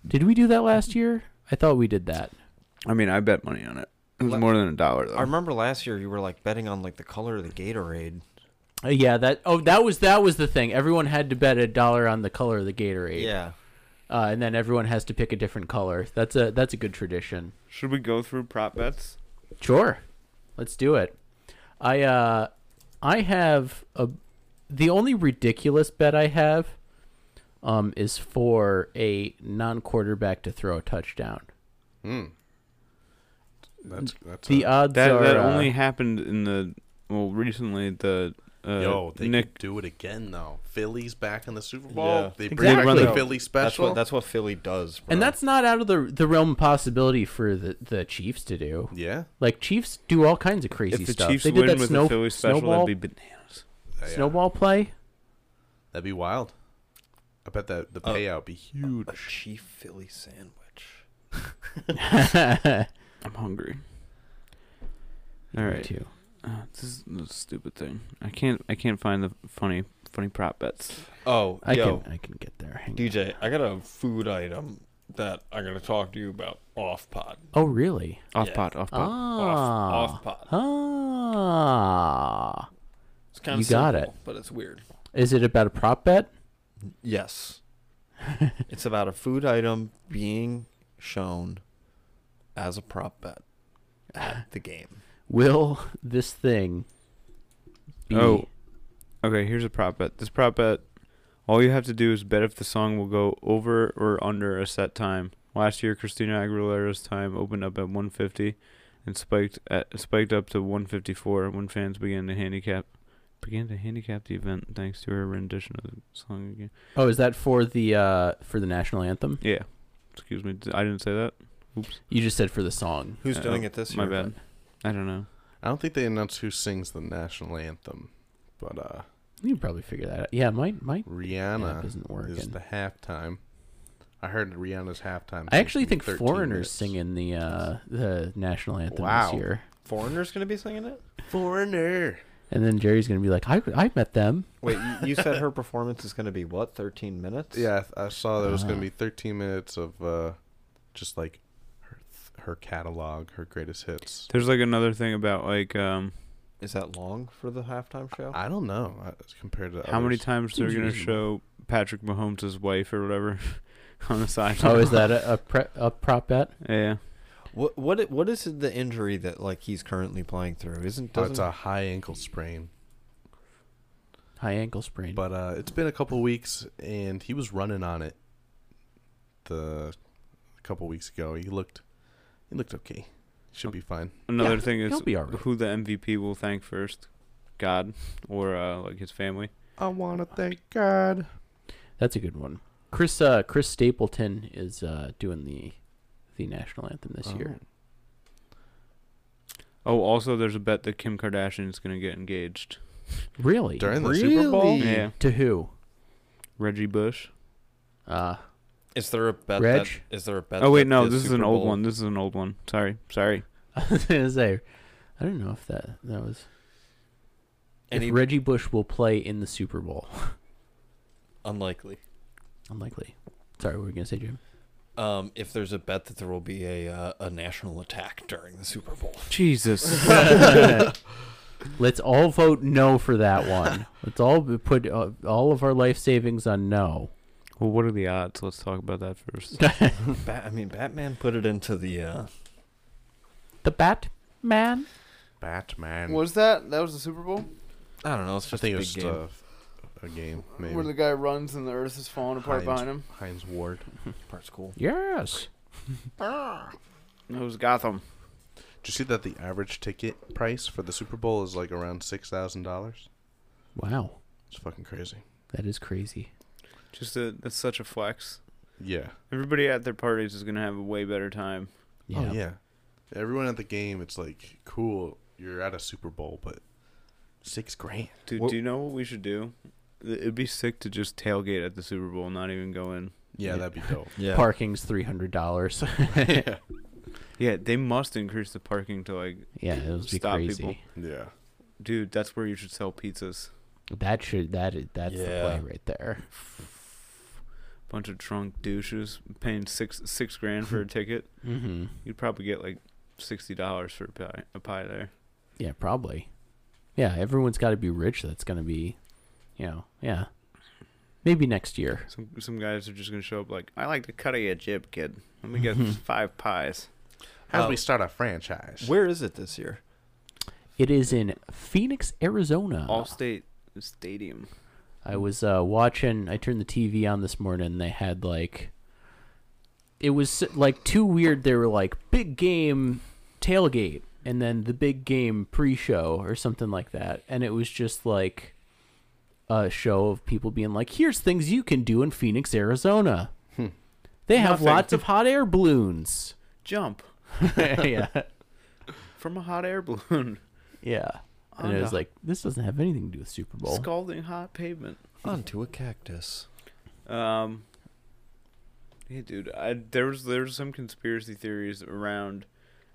S1: Did we do that last year? I thought we did that.
S2: I mean, I bet money on it. It was
S3: Le-
S2: more than a dollar though.
S3: I remember last year you were like betting on like the color of the Gatorade.
S1: Uh, yeah, that. Oh, that was that was the thing. Everyone had to bet a dollar on the color of the Gatorade.
S3: Yeah.
S1: Uh, and then everyone has to pick a different color. That's a that's a good tradition.
S2: Should we go through prop bets?
S1: Sure. Let's do it. I uh I have a the only ridiculous bet I have um is for a non-quarterback to throw a touchdown.
S4: Hmm. That's that's
S1: Mm. The
S4: a-
S1: odds
S2: That
S1: are
S2: that
S1: uh,
S2: only happened in the well recently the uh,
S4: Yo, they
S2: Nick
S4: could do it again though. Phillies back in the Super Bowl.
S3: Yeah.
S4: They
S1: Exactly.
S4: bring back the
S2: Run the-
S4: Philly
S3: That's
S4: special.
S3: what that's what Philly does. Bro.
S1: and that's not out of the the realm of possibility for the, the Chiefs to do.
S4: yeah.
S1: Like Chiefs do all kinds of crazy
S2: if the
S1: stuff.
S2: Chiefs
S1: they did
S2: win
S1: that
S2: with
S1: snow,
S2: the Philly special,
S1: snowball
S2: that'd be bananas.
S4: Yeah, yeah.
S1: snowball play.
S4: That'd be wild. I bet that the payout would be huge.
S3: a chief Philly sandwich.
S2: I'm hungry. All right, Uh, this is a stupid thing. I can't I can't find the funny funny prop bets.
S3: Oh,
S1: I
S3: yo,
S1: can I can get there. Hang on.
S5: DJ, I got a food item that I'm gonna talk to you about off pod.
S1: Oh really?
S2: Off pot, off pot.
S1: Ah.
S5: off pot.
S1: Ah.
S5: It's kind of
S1: You got it.
S5: but it's weird.
S1: Is it about a prop bet?
S3: Yes. it's about a food item being shown as a prop bet at the game.
S1: Will this thing be
S2: Oh, Okay, here's a prop bet. This prop bet, all you have to do is bet if the song will go over or under a set time. Last year, Christina Aguilera's time opened up at 150 and spiked at spiked up to 154 when fans began to handicap began to handicap the event thanks to her rendition of the song again.
S1: Oh, is that for the uh for the national anthem?
S2: Yeah. Excuse me, d- I didn't say that. Oops.
S1: You just said for the song.
S3: Who's
S2: Uh,
S3: doing it this
S2: My
S3: year?
S2: bad. I don't know.
S4: I don't think they announced who sings the national anthem, but uh,
S1: You can probably figure that out. Yeah, my my app
S4: Rihanna
S1: isn't working.
S4: is the halftime. I heard Rihanna's halftime.
S1: I
S4: song
S1: actually
S4: can be
S1: think
S4: 13
S1: foreigners
S4: minutes.
S1: sing in the uh the national anthem
S4: Wow.
S1: this year.
S3: Foreigner's gonna be singing it.
S4: Foreigner.
S1: And then Jerry's gonna be like, I I met them.
S3: Wait, you, you said her performance is gonna be what? Thirteen minutes?
S4: Yeah, I, th- I saw there was going
S1: Ah.
S4: to be 13 minutes of uh, just like her, her catalog, her greatest hits.
S2: There's like another thing about like um
S3: Is that long for the halftime show?
S4: I don't know uh, as compared to
S2: how many
S4: others.
S2: times they're
S1: Seems
S2: gonna
S1: reasonable.
S2: show Patrick Mahomes' wife or whatever on the sideline.
S1: Oh, is that a a, pre- a prop bet?
S2: Yeah.
S3: What what i- what is the injury that like he's currently playing through? Isn't
S4: Oh, it's
S3: doesn't
S4: a high ankle sprain,
S1: High ankle sprain.
S4: but uh, it's been a couple weeks, and he was running on it. The a couple weeks ago, he looked he looked okay. Should be fine.
S2: Another
S1: Yeah,
S2: thing
S1: he'll
S2: is
S1: be all right.
S2: who the MVP will thank first, God or uh, like his family.
S4: I want to thank God.
S1: That's a good one. Chris uh, Chris Stapleton is uh, doing the the national anthem this year.
S4: Uh,
S2: Oh, also there's a bet that Kim Kardashian is gonna get engaged.
S1: Really?
S4: During the Super Bowl?
S3: Really?
S2: Yeah,
S1: to who?
S2: Reggie Bush.
S1: Uh,
S5: Is there a bet?
S1: Reg?
S5: That, is there a bet?
S2: Oh wait,
S5: that
S2: no,
S5: the
S2: this is an
S5: Super
S2: old
S5: Bowl-
S2: one. This is an old one. Sorry, sorry.
S1: I was gonna say, I don't know if that that was.
S5: Any-
S1: if Reggie Bush will play in the Super Bowl,
S5: Unlikely.
S1: unlikely. Sorry, what were you gonna say, Jim?
S5: Um, if there's a bet that there will be a uh, a national attack during the Super Bowl.
S2: Jesus.
S1: Let's all vote no for that one. Let's all b- put uh, all of our life savings on no.
S2: well, what are the odds? Let's talk about that first.
S5: Bat- I mean, Batman put it into the. Uh,
S1: The Batman.
S4: Batman.
S6: Was that that was the Super Bowl?
S5: I don't know. It's
S4: I
S5: just
S4: think it
S5: a
S4: was
S5: big game.
S4: uh, a game. Maybe.
S6: Where the guy runs and the earth is falling apart
S4: Heinz.
S6: behind him.
S4: Heinz Ward.
S5: Part's cool.
S1: Yes.
S2: It was Gotham.
S4: Did you see that the average ticket price for the Super Bowl is like around six thousand dollars?
S1: Wow,
S4: It's fucking crazy.
S1: that is crazy.
S2: Just a, that's such a flex.
S4: Yeah.
S2: Everybody at their parties is gonna have a way better time.
S1: Yeah.
S4: Oh yeah. Everyone at the game, it's like cool. You're at a Super Bowl, but six grand.
S2: Dude,
S3: What-
S2: do you know what we should do? Th- It'd be sick to just tailgate at the Super Bowl, and not even go in.
S4: Yeah,
S1: Yeah.
S4: that'd be dope.
S5: Yeah.
S1: Parking's three hundred dollars.
S4: yeah.
S2: Yeah, they must increase the parking to like,
S1: Yeah, it would be
S2: Stop
S1: crazy.
S2: people.
S4: Yeah.
S2: dude, that's where you should sell pizzas.
S1: That should that is that's the play
S5: Yeah.
S1: right there.
S2: Bunch of drunk douches paying six six grand for a ticket.
S1: Mm-hmm.
S2: You'd probably get like sixty dollars for a pie, a pie there.
S1: Yeah, probably. Yeah, everyone's got to be rich. That's gonna be, you know, yeah. Maybe next year.
S2: Some some guys are just gonna show up like, I like the cut of your jib, kid. Let me get five pies.
S4: How do
S3: Uh,
S4: we start a franchise?
S3: Where is it this year?
S1: It is in Phoenix, Arizona.
S2: Allstate Stadium.
S1: I was uh, watching. I turned the TV on this morning. and They had like, it was like too weird. They were like big game tailgate, and then the big game pre-show or something like that. And it was just like a show of people being like, "Here's things you can do in Phoenix, Arizona." They have
S2: Hmm. Nothing.
S1: lots of hot air balloons.
S2: Jump
S1: yeah,
S2: from a hot air balloon.
S1: yeah. And it was
S2: Honda.
S1: like, this doesn't have anything to do with Super Bowl.
S2: Scalding hot pavement.
S5: Hmm.
S3: Onto a cactus.
S2: Um, yeah, dude. I there was there was some conspiracy theories around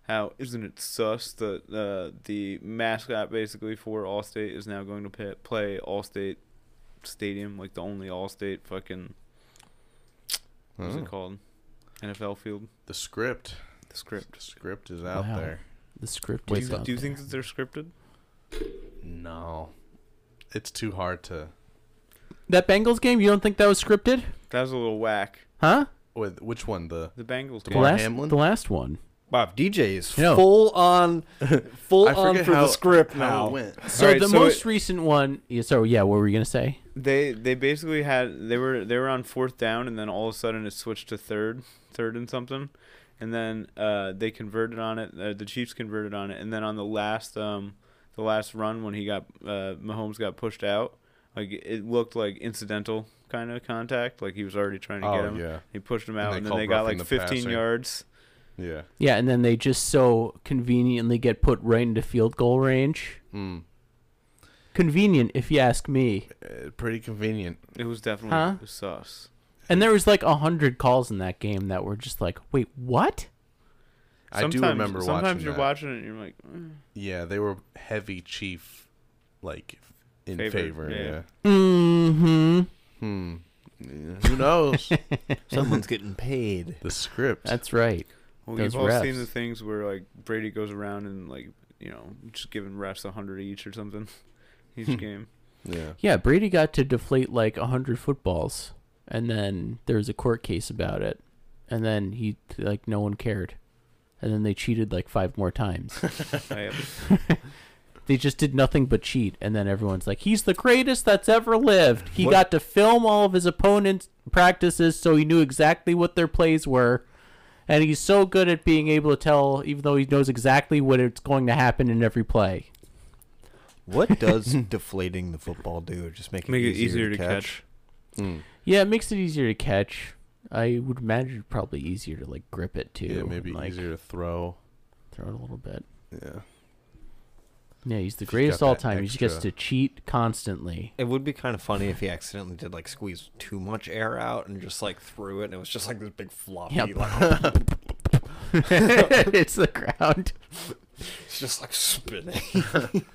S2: how isn't it sus that uh, the mascot basically for Allstate is now going to pay, play Allstate Stadium, like the only Allstate fucking what's
S4: Oh,
S2: it called NFL field.
S4: the script.
S2: The script.
S4: The script is out
S1: Wow.
S4: there.
S1: The script.
S2: Do
S1: was
S2: you,
S1: out
S2: do you
S1: there.
S2: think that they're scripted?
S4: No. It's too hard to.
S1: that Bengals game? You don't think that was scripted?
S2: That was a little whack.
S1: Huh?
S4: With which one? The
S2: The Bengals
S1: The
S2: game.
S4: Lamar
S1: last,
S4: Hamlin?
S1: the last one.
S5: Wow, DJ is
S1: You know-
S5: full on, full on for the script
S4: how
S5: now.
S4: it went.
S1: So
S2: Alright,
S1: the
S2: so
S1: most
S2: it-
S1: recent one. yeah, So yeah, what were you gonna say?
S2: They they basically had they were they were on fourth down and then all of a sudden it switched to third third and something, and then uh, they converted on it. Uh, the Chiefs converted on it, and then on the last um the last run when he got uh, Mahomes got pushed out, like it looked like incidental kind of contact, like he was already trying to get
S4: Oh
S2: him.
S4: yeah,
S2: He pushed him
S4: And
S2: out,
S4: they
S2: and, then
S4: called
S2: they got
S4: roughing
S2: like
S4: the
S2: 15
S4: passer.
S2: yards.
S4: yeah.
S1: Yeah, and then they just so conveniently get put right into field goal range.
S2: Hmm.
S4: Mm.
S1: Convenient, if you ask me.
S4: Uh, pretty convenient.
S2: It was definitely
S1: Huh?
S2: it was sus.
S1: And there was like a hundred calls in that game that were just like, wait, what?
S4: I do remember
S2: Sometimes
S4: watching
S2: you're
S4: that.
S2: watching it and you're like, "Mm,
S4: Yeah, they were heavy chief, like in
S2: Favor,
S4: favor.
S2: yeah.
S4: Yeah.
S1: Mm-hmm.
S4: Hmm. Yeah, Who knows?
S3: Someone's getting paid.
S4: the script.
S1: That's right.
S2: well,
S1: Those
S2: you've all seen
S1: refs.
S2: the things where like Brady goes around and like you know just giving refs a hundred each or something
S1: Hmm.
S2: each game.
S4: yeah.
S1: Yeah, Brady got to deflate like a hundred footballs, and then there was a court case about it, and then he like no one cared, and then they cheated like five more times.
S2: I have-
S1: they just did nothing but cheat, and then everyone's like, "He's the greatest that's ever lived. He
S5: What-
S1: got to film all of his opponents' practices, so he knew exactly what their plays were." And he's so good at being able to tell, even though he knows exactly what it's going to happen in every play.
S3: What does deflating the football do? Just make it,
S2: Make it
S3: easier, to catch.
S4: Mm.
S1: Yeah, it makes it easier to catch. I would imagine probably easier to like grip it too.
S4: Yeah,
S1: and,
S4: maybe
S1: like,
S4: easier to throw.
S1: Throw it a little bit.
S4: Yeah.
S1: Yeah, he's the
S4: got
S1: greatest all
S4: that
S1: time. He just gets
S4: extra-
S1: to cheat constantly.
S3: It would be kind of funny if he accidentally did like squeeze too much air out and just like threw it, and it was just like this big floppy.
S1: Yeah.
S3: Like,
S1: it's the ground.
S3: it's just like spinning.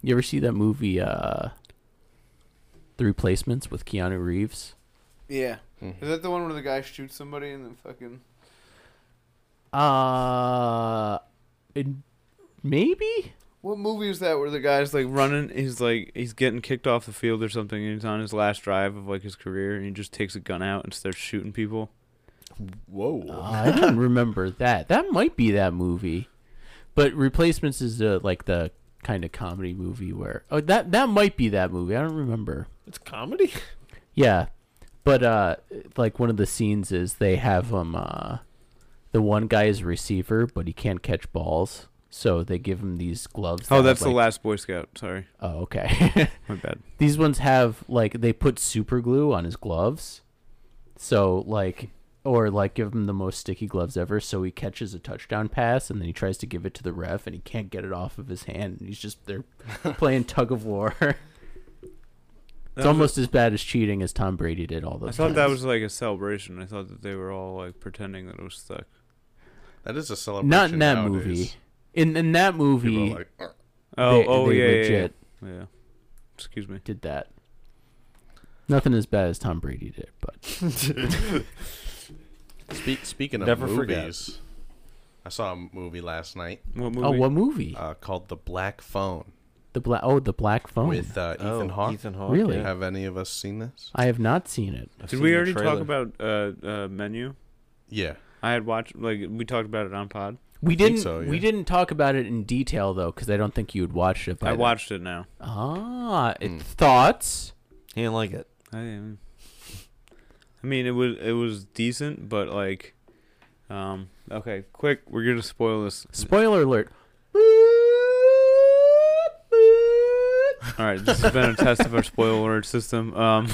S1: You ever see that movie, uh, The Replacements with Keanu Reeves?
S6: Yeah.
S1: Mm-hmm.
S4: Mhm.
S6: Is that the one where the guy shoots somebody and then fucking?
S1: Uh, in- maybe?
S6: What movie is that where the guy's like running?
S2: running, he's like he's getting kicked off the field or something, and he's on his last drive of like his career, and he just takes a gun out and starts shooting people.
S3: Whoa!
S1: Uh, I don't remember that. That might be that movie. But Replacements is uh, like the kind of comedy movie where. Oh, that, that might be that movie. I don't remember.
S3: it's comedy.
S1: Yeah. But uh like one of the scenes is they have um uh the one guy is a receiver but he can't catch balls. So they give him these gloves.
S2: Oh,
S1: that
S2: that's
S1: have,
S2: the
S1: like-
S2: last Boy Scout. Sorry,
S1: Oh, okay.
S2: my bad.
S1: these ones have like they put super glue on his gloves. So like or like give him the most sticky gloves ever so he catches a touchdown pass and then he tries to give it to the ref and he can't get it off of his hand and he's just they're playing tug of war.
S2: That was
S1: it's
S2: a-
S1: almost as bad as cheating as Tom Brady did all those
S2: I thought that
S1: times.
S2: was like a celebration. I thought that they were all like pretending that it was stuck.
S4: That is a celebration.
S1: not in that
S4: nowadays.
S1: movie. In in that
S4: People
S1: movie,
S4: are like, "Arr."
S2: Oh,
S1: they,
S2: oh
S1: they
S2: yeah, yeah,
S1: legit
S2: yeah, yeah. Excuse me.
S1: did that. Nothing as bad as Tom Brady did, but
S4: Speak, speaking of
S3: Never forget.
S4: movies, I saw a movie last night
S2: What movie?
S1: oh, what movie?
S4: uh, called The Black Phone
S1: the black oh, the Black Phone.
S4: with uh, Ethan Hawke.
S3: Oh, Ethan Hawke.
S1: Really?
S3: yeah.
S4: Have any of us seen this?
S1: I have not seen it.
S3: I've
S2: Did
S3: seen
S2: we
S3: the
S2: already talk
S3: trailer.
S2: about uh, uh menu?
S4: Yeah.
S2: I had watched like we talked about it on pod.
S1: We
S4: think
S1: didn't.
S4: so,
S1: We
S4: yeah.
S1: didn't talk about it in detail though, because I don't think you had watched it. By
S2: I
S1: then.
S2: watched it now.
S1: Ah, it,
S4: Mm.
S1: thoughts.
S3: He didn't like it.
S2: I am. I mean, it was it was decent, but like, um, okay, quick, we're gonna spoil this.
S1: Spoiler alert.
S2: All right, this has been a test of our spoiler alert system. Um,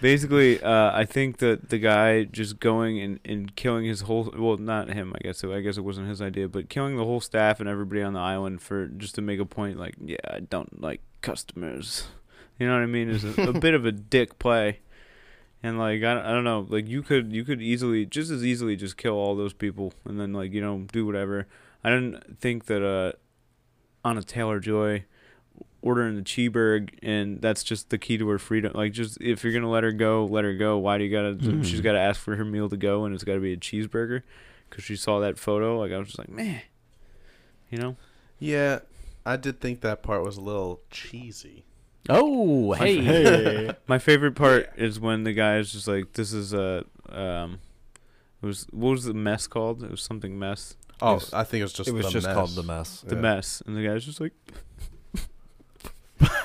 S2: basically, uh, I think that the guy just going and, and killing his whole well, not him, I guess. I guess it wasn't his idea, but killing the whole staff and everybody on the island for just to make a point, like, yeah, I don't like customers. You know what I mean? Is a, a bit of a dick play. And like I don't, I don't know, like you could you could easily just as easily just kill all those people and then like you know do whatever. I didn't think that uh, Anna Taylor Joy ordering the cheeseburger and that's just the key to her freedom. Like just if you're gonna let her go, let her go. Why do you gotta?
S1: Mm.
S2: She's gotta ask for her meal to go and it's gotta be a cheeseburger because she saw that photo. Like I was just like, man, you know.
S4: Yeah, I did think that part was a little cheesy.
S1: Oh, hey.
S5: Hey,
S2: My favorite part is when the guy is just like, "This is a um, It was what was the mess called? It was something mess.
S4: Oh,
S3: was-
S4: I think it was just
S3: it was
S4: the
S3: just
S4: mess.
S3: called the mess.
S2: The
S4: Yeah.
S2: mess, and the guy's just like,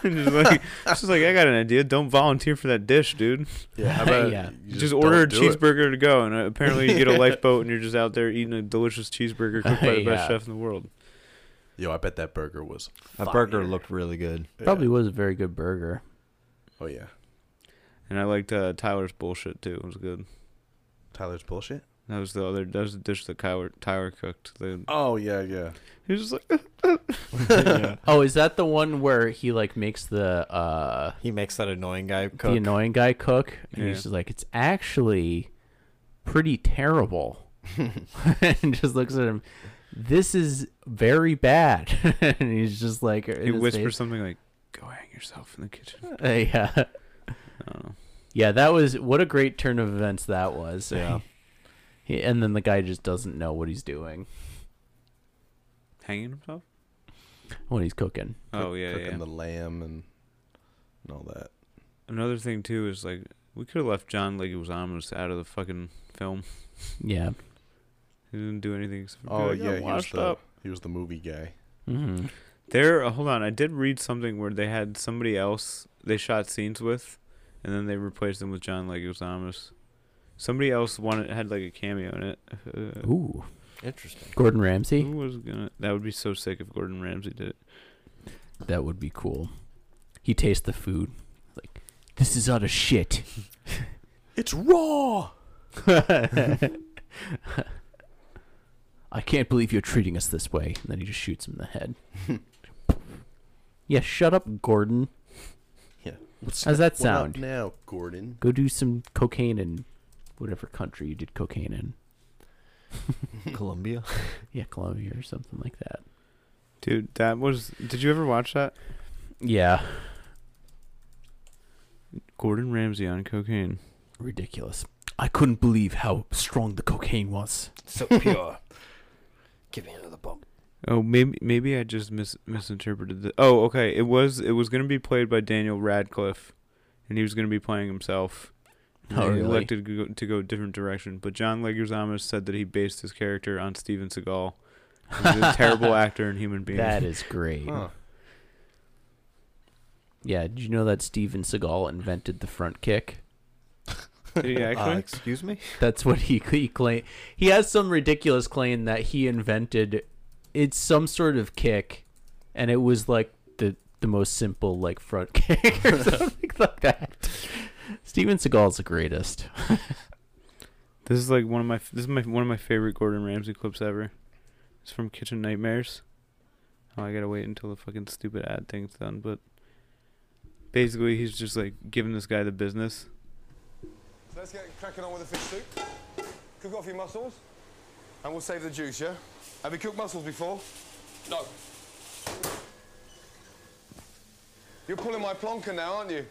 S2: and just like, just like I got an idea. Don't volunteer for that dish, dude.
S4: Yeah, I
S1: Yeah.
S4: bet
S1: Yeah.
S4: you
S2: Just,
S4: don't
S2: order a
S4: do it.
S2: cheeseburger to go, and uh, apparently you get a lifeboat, and you're just out there eating a delicious cheeseburger cooked by the
S1: Yeah.
S2: best chef in the world.
S4: Yo, I bet that burger was.
S3: That
S4: fire.
S3: burger looked really good.
S4: Yeah.
S1: Probably was a very good burger.
S4: Oh yeah,
S2: And I liked uh, Tyler's bullshit too. It was good.
S4: Tyler's bullshit.
S2: That was the other. That was the dish that Tyler Tyler cooked. The,
S4: Oh yeah, yeah.
S2: he was just like,
S1: Oh, is that the one where he like makes the uh
S3: He makes that annoying guy cook.
S1: the annoying guy cook and
S2: Yeah.
S1: he's just like it's actually pretty terrible. and just looks at him. This is very bad. and he's just like
S2: he whispers something like, "Go hang yourself in the kitchen."
S1: Uh, yeah.
S2: I
S4: Oh.
S2: don't know.
S1: Yeah, that was what a great turn of events that was.
S3: Yeah.
S1: He, and then the guy just doesn't know what he's doing,
S2: Hanging himself?
S1: what he's cooking.
S2: Oh yeah,
S4: Cooking
S2: yeah.
S4: the lamb and and all that.
S2: Another thing too is like we could have left John Leguizamo's out of the fucking film.
S1: Yeah.
S2: He didn't do anything. Except for be
S4: Oh
S2: like, "I'm
S4: yeah, he was
S2: washed
S4: the
S2: up.
S4: he was the movie guy. Mm-hmm.
S1: hmm
S2: There. uh, Hold on, I did read something where they had somebody else they shot scenes with, and then they replaced them with John Leguizamo's. Somebody else wanted had like a cameo in it. Uh,
S1: Ooh,
S3: Interesting.
S1: Gordon Ramsay.
S2: who was gonna? That would be so sick if Gordon Ramsay did it.
S1: That would be cool. He tastes the food. Like, this is utter shit.
S4: It's raw.
S1: I can't believe you're treating us this way. And then he just shoots him in the head. yeah, shut up, Gordon.
S4: Yeah. What's
S1: How's that
S4: what up
S1: sound?
S4: now, Gordon?
S1: Go do some cocaine in whatever country you did cocaine in.
S3: Colombia.
S1: Yeah, Colombia or something like that.
S2: Dude, that was. Did you ever watch that?
S1: Yeah.
S2: Gordon Ramsay on cocaine.
S1: Ridiculous. I couldn't believe how strong the cocaine was.
S3: So pure. Give me another bump.
S2: Oh, maybe maybe I just mis- misinterpreted the. Oh, okay. It was it was gonna be played by Daniel Radcliffe, and he was gonna be playing himself. And
S1: Oh,
S2: they
S1: really?
S2: elected to go, to go a different direction, but John Leguizamo said that he based his character on Steven Seagal. He's a terrible actor and human being.
S1: That is great.
S4: Huh.
S1: Yeah, did you know that Steven Seagal invented the front kick?
S2: Did he actually?
S3: excuse me?
S1: That's what he he claim. He has some ridiculous claim that he invented. It's some sort of kick, and it was like the the most simple like front kick or something like that. Steven Seagal's the greatest.
S2: this is like one of my f- this is my one of my favorite Gordon Ramsay clips ever. It's from Kitchen Nightmares. Oh, I gotta wait until the fucking stupid ad thing's done, but basically he's just like giving this guy the business.
S7: So let's get cracking on with the fish soup. Cook off your mussels, and we'll save the juice, yeah? Have you cooked mussels before? No. You're pulling my plonker now, aren't you?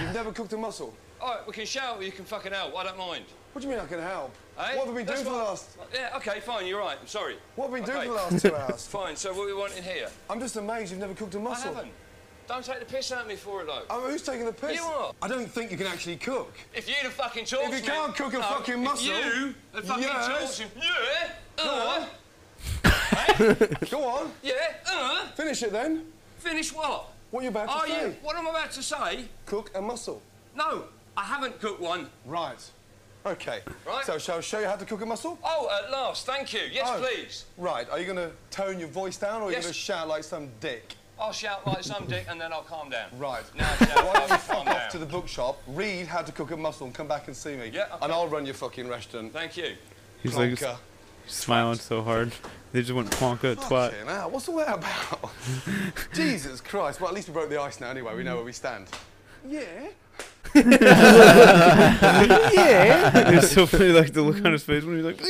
S7: You've never cooked a mussel.
S8: All right, we can shout or you can fucking help. I don't mind.
S7: What do you mean I can help?
S8: Eh?
S7: What have we been
S8: That's
S7: doing for the
S8: what-
S7: last...
S8: Yeah, okay, fine, you're right. I'm sorry.
S7: What have we been doing
S8: Okay.
S7: for the last two hours?
S8: Fine, so what we want in here?
S7: I'm just amazed you've never cooked a
S8: I
S7: mussel.
S8: haven't. Don't take the piss out of me for it, though.
S7: I mean, who's taking the piss?
S8: You are.
S7: I don't think you can actually cook.
S8: if you'd have fucking talked
S7: If you
S8: to me-
S7: can't cook a
S8: No,
S7: fucking
S8: if
S7: mussel-
S8: You had fucking
S7: Yes.
S8: talked to Yeah. Uh,
S7: Go on,
S8: yeah. Uh,
S7: finish it then.
S8: finish what?
S7: What are you about to
S8: Are
S7: say?
S8: you? What am I about to say?
S7: Cook a mussel.
S8: No, I haven't cooked one.
S7: Right. Okay.
S8: Right.
S7: So shall I show you how to cook a mussel?
S8: Oh, at last. Thank you. Yes,
S7: Oh.
S8: please.
S7: Right. Are you going to tone your voice down or are you
S8: Yes.
S7: going to shout like some dick?
S8: I'll shout like some dick and then I'll calm down.
S7: Right.
S8: Now,
S7: Why don't you
S8: calm
S7: fuck
S8: down.
S7: off to the bookshop, read how to cook a mussel, and come back and see me?
S8: Yeah, okay.
S7: And I'll run your fucking restaurant.
S8: Thank you.
S2: He's like
S7: Plonker.
S2: smiling so hard. They just went plonka twat.
S7: Fucking hell, what's all that about? Jesus Christ. Well, at least we broke the ice now anyway. We know where we stand. Yeah.
S2: it's so funny, like the look on his face when he's like,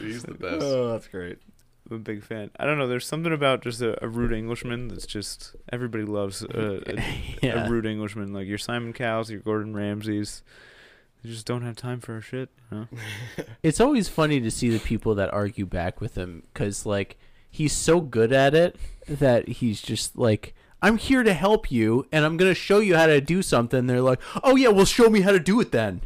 S4: He's the best.
S3: Oh, that's great.
S2: I'm a big fan. I don't know. There's something about just a, a rude Englishman that's just everybody loves a, a,
S1: Yeah.
S2: a rude Englishman. Like your Simon Cowell's, your Gordon Ramsays. They just don't have time for shit. You know?
S1: It's always funny to see the people that argue back with him because like he's so good at it that he's just like I'm here to help you and I'm going to show you how to do something. They're like, "Oh yeah, well show me how to do it then."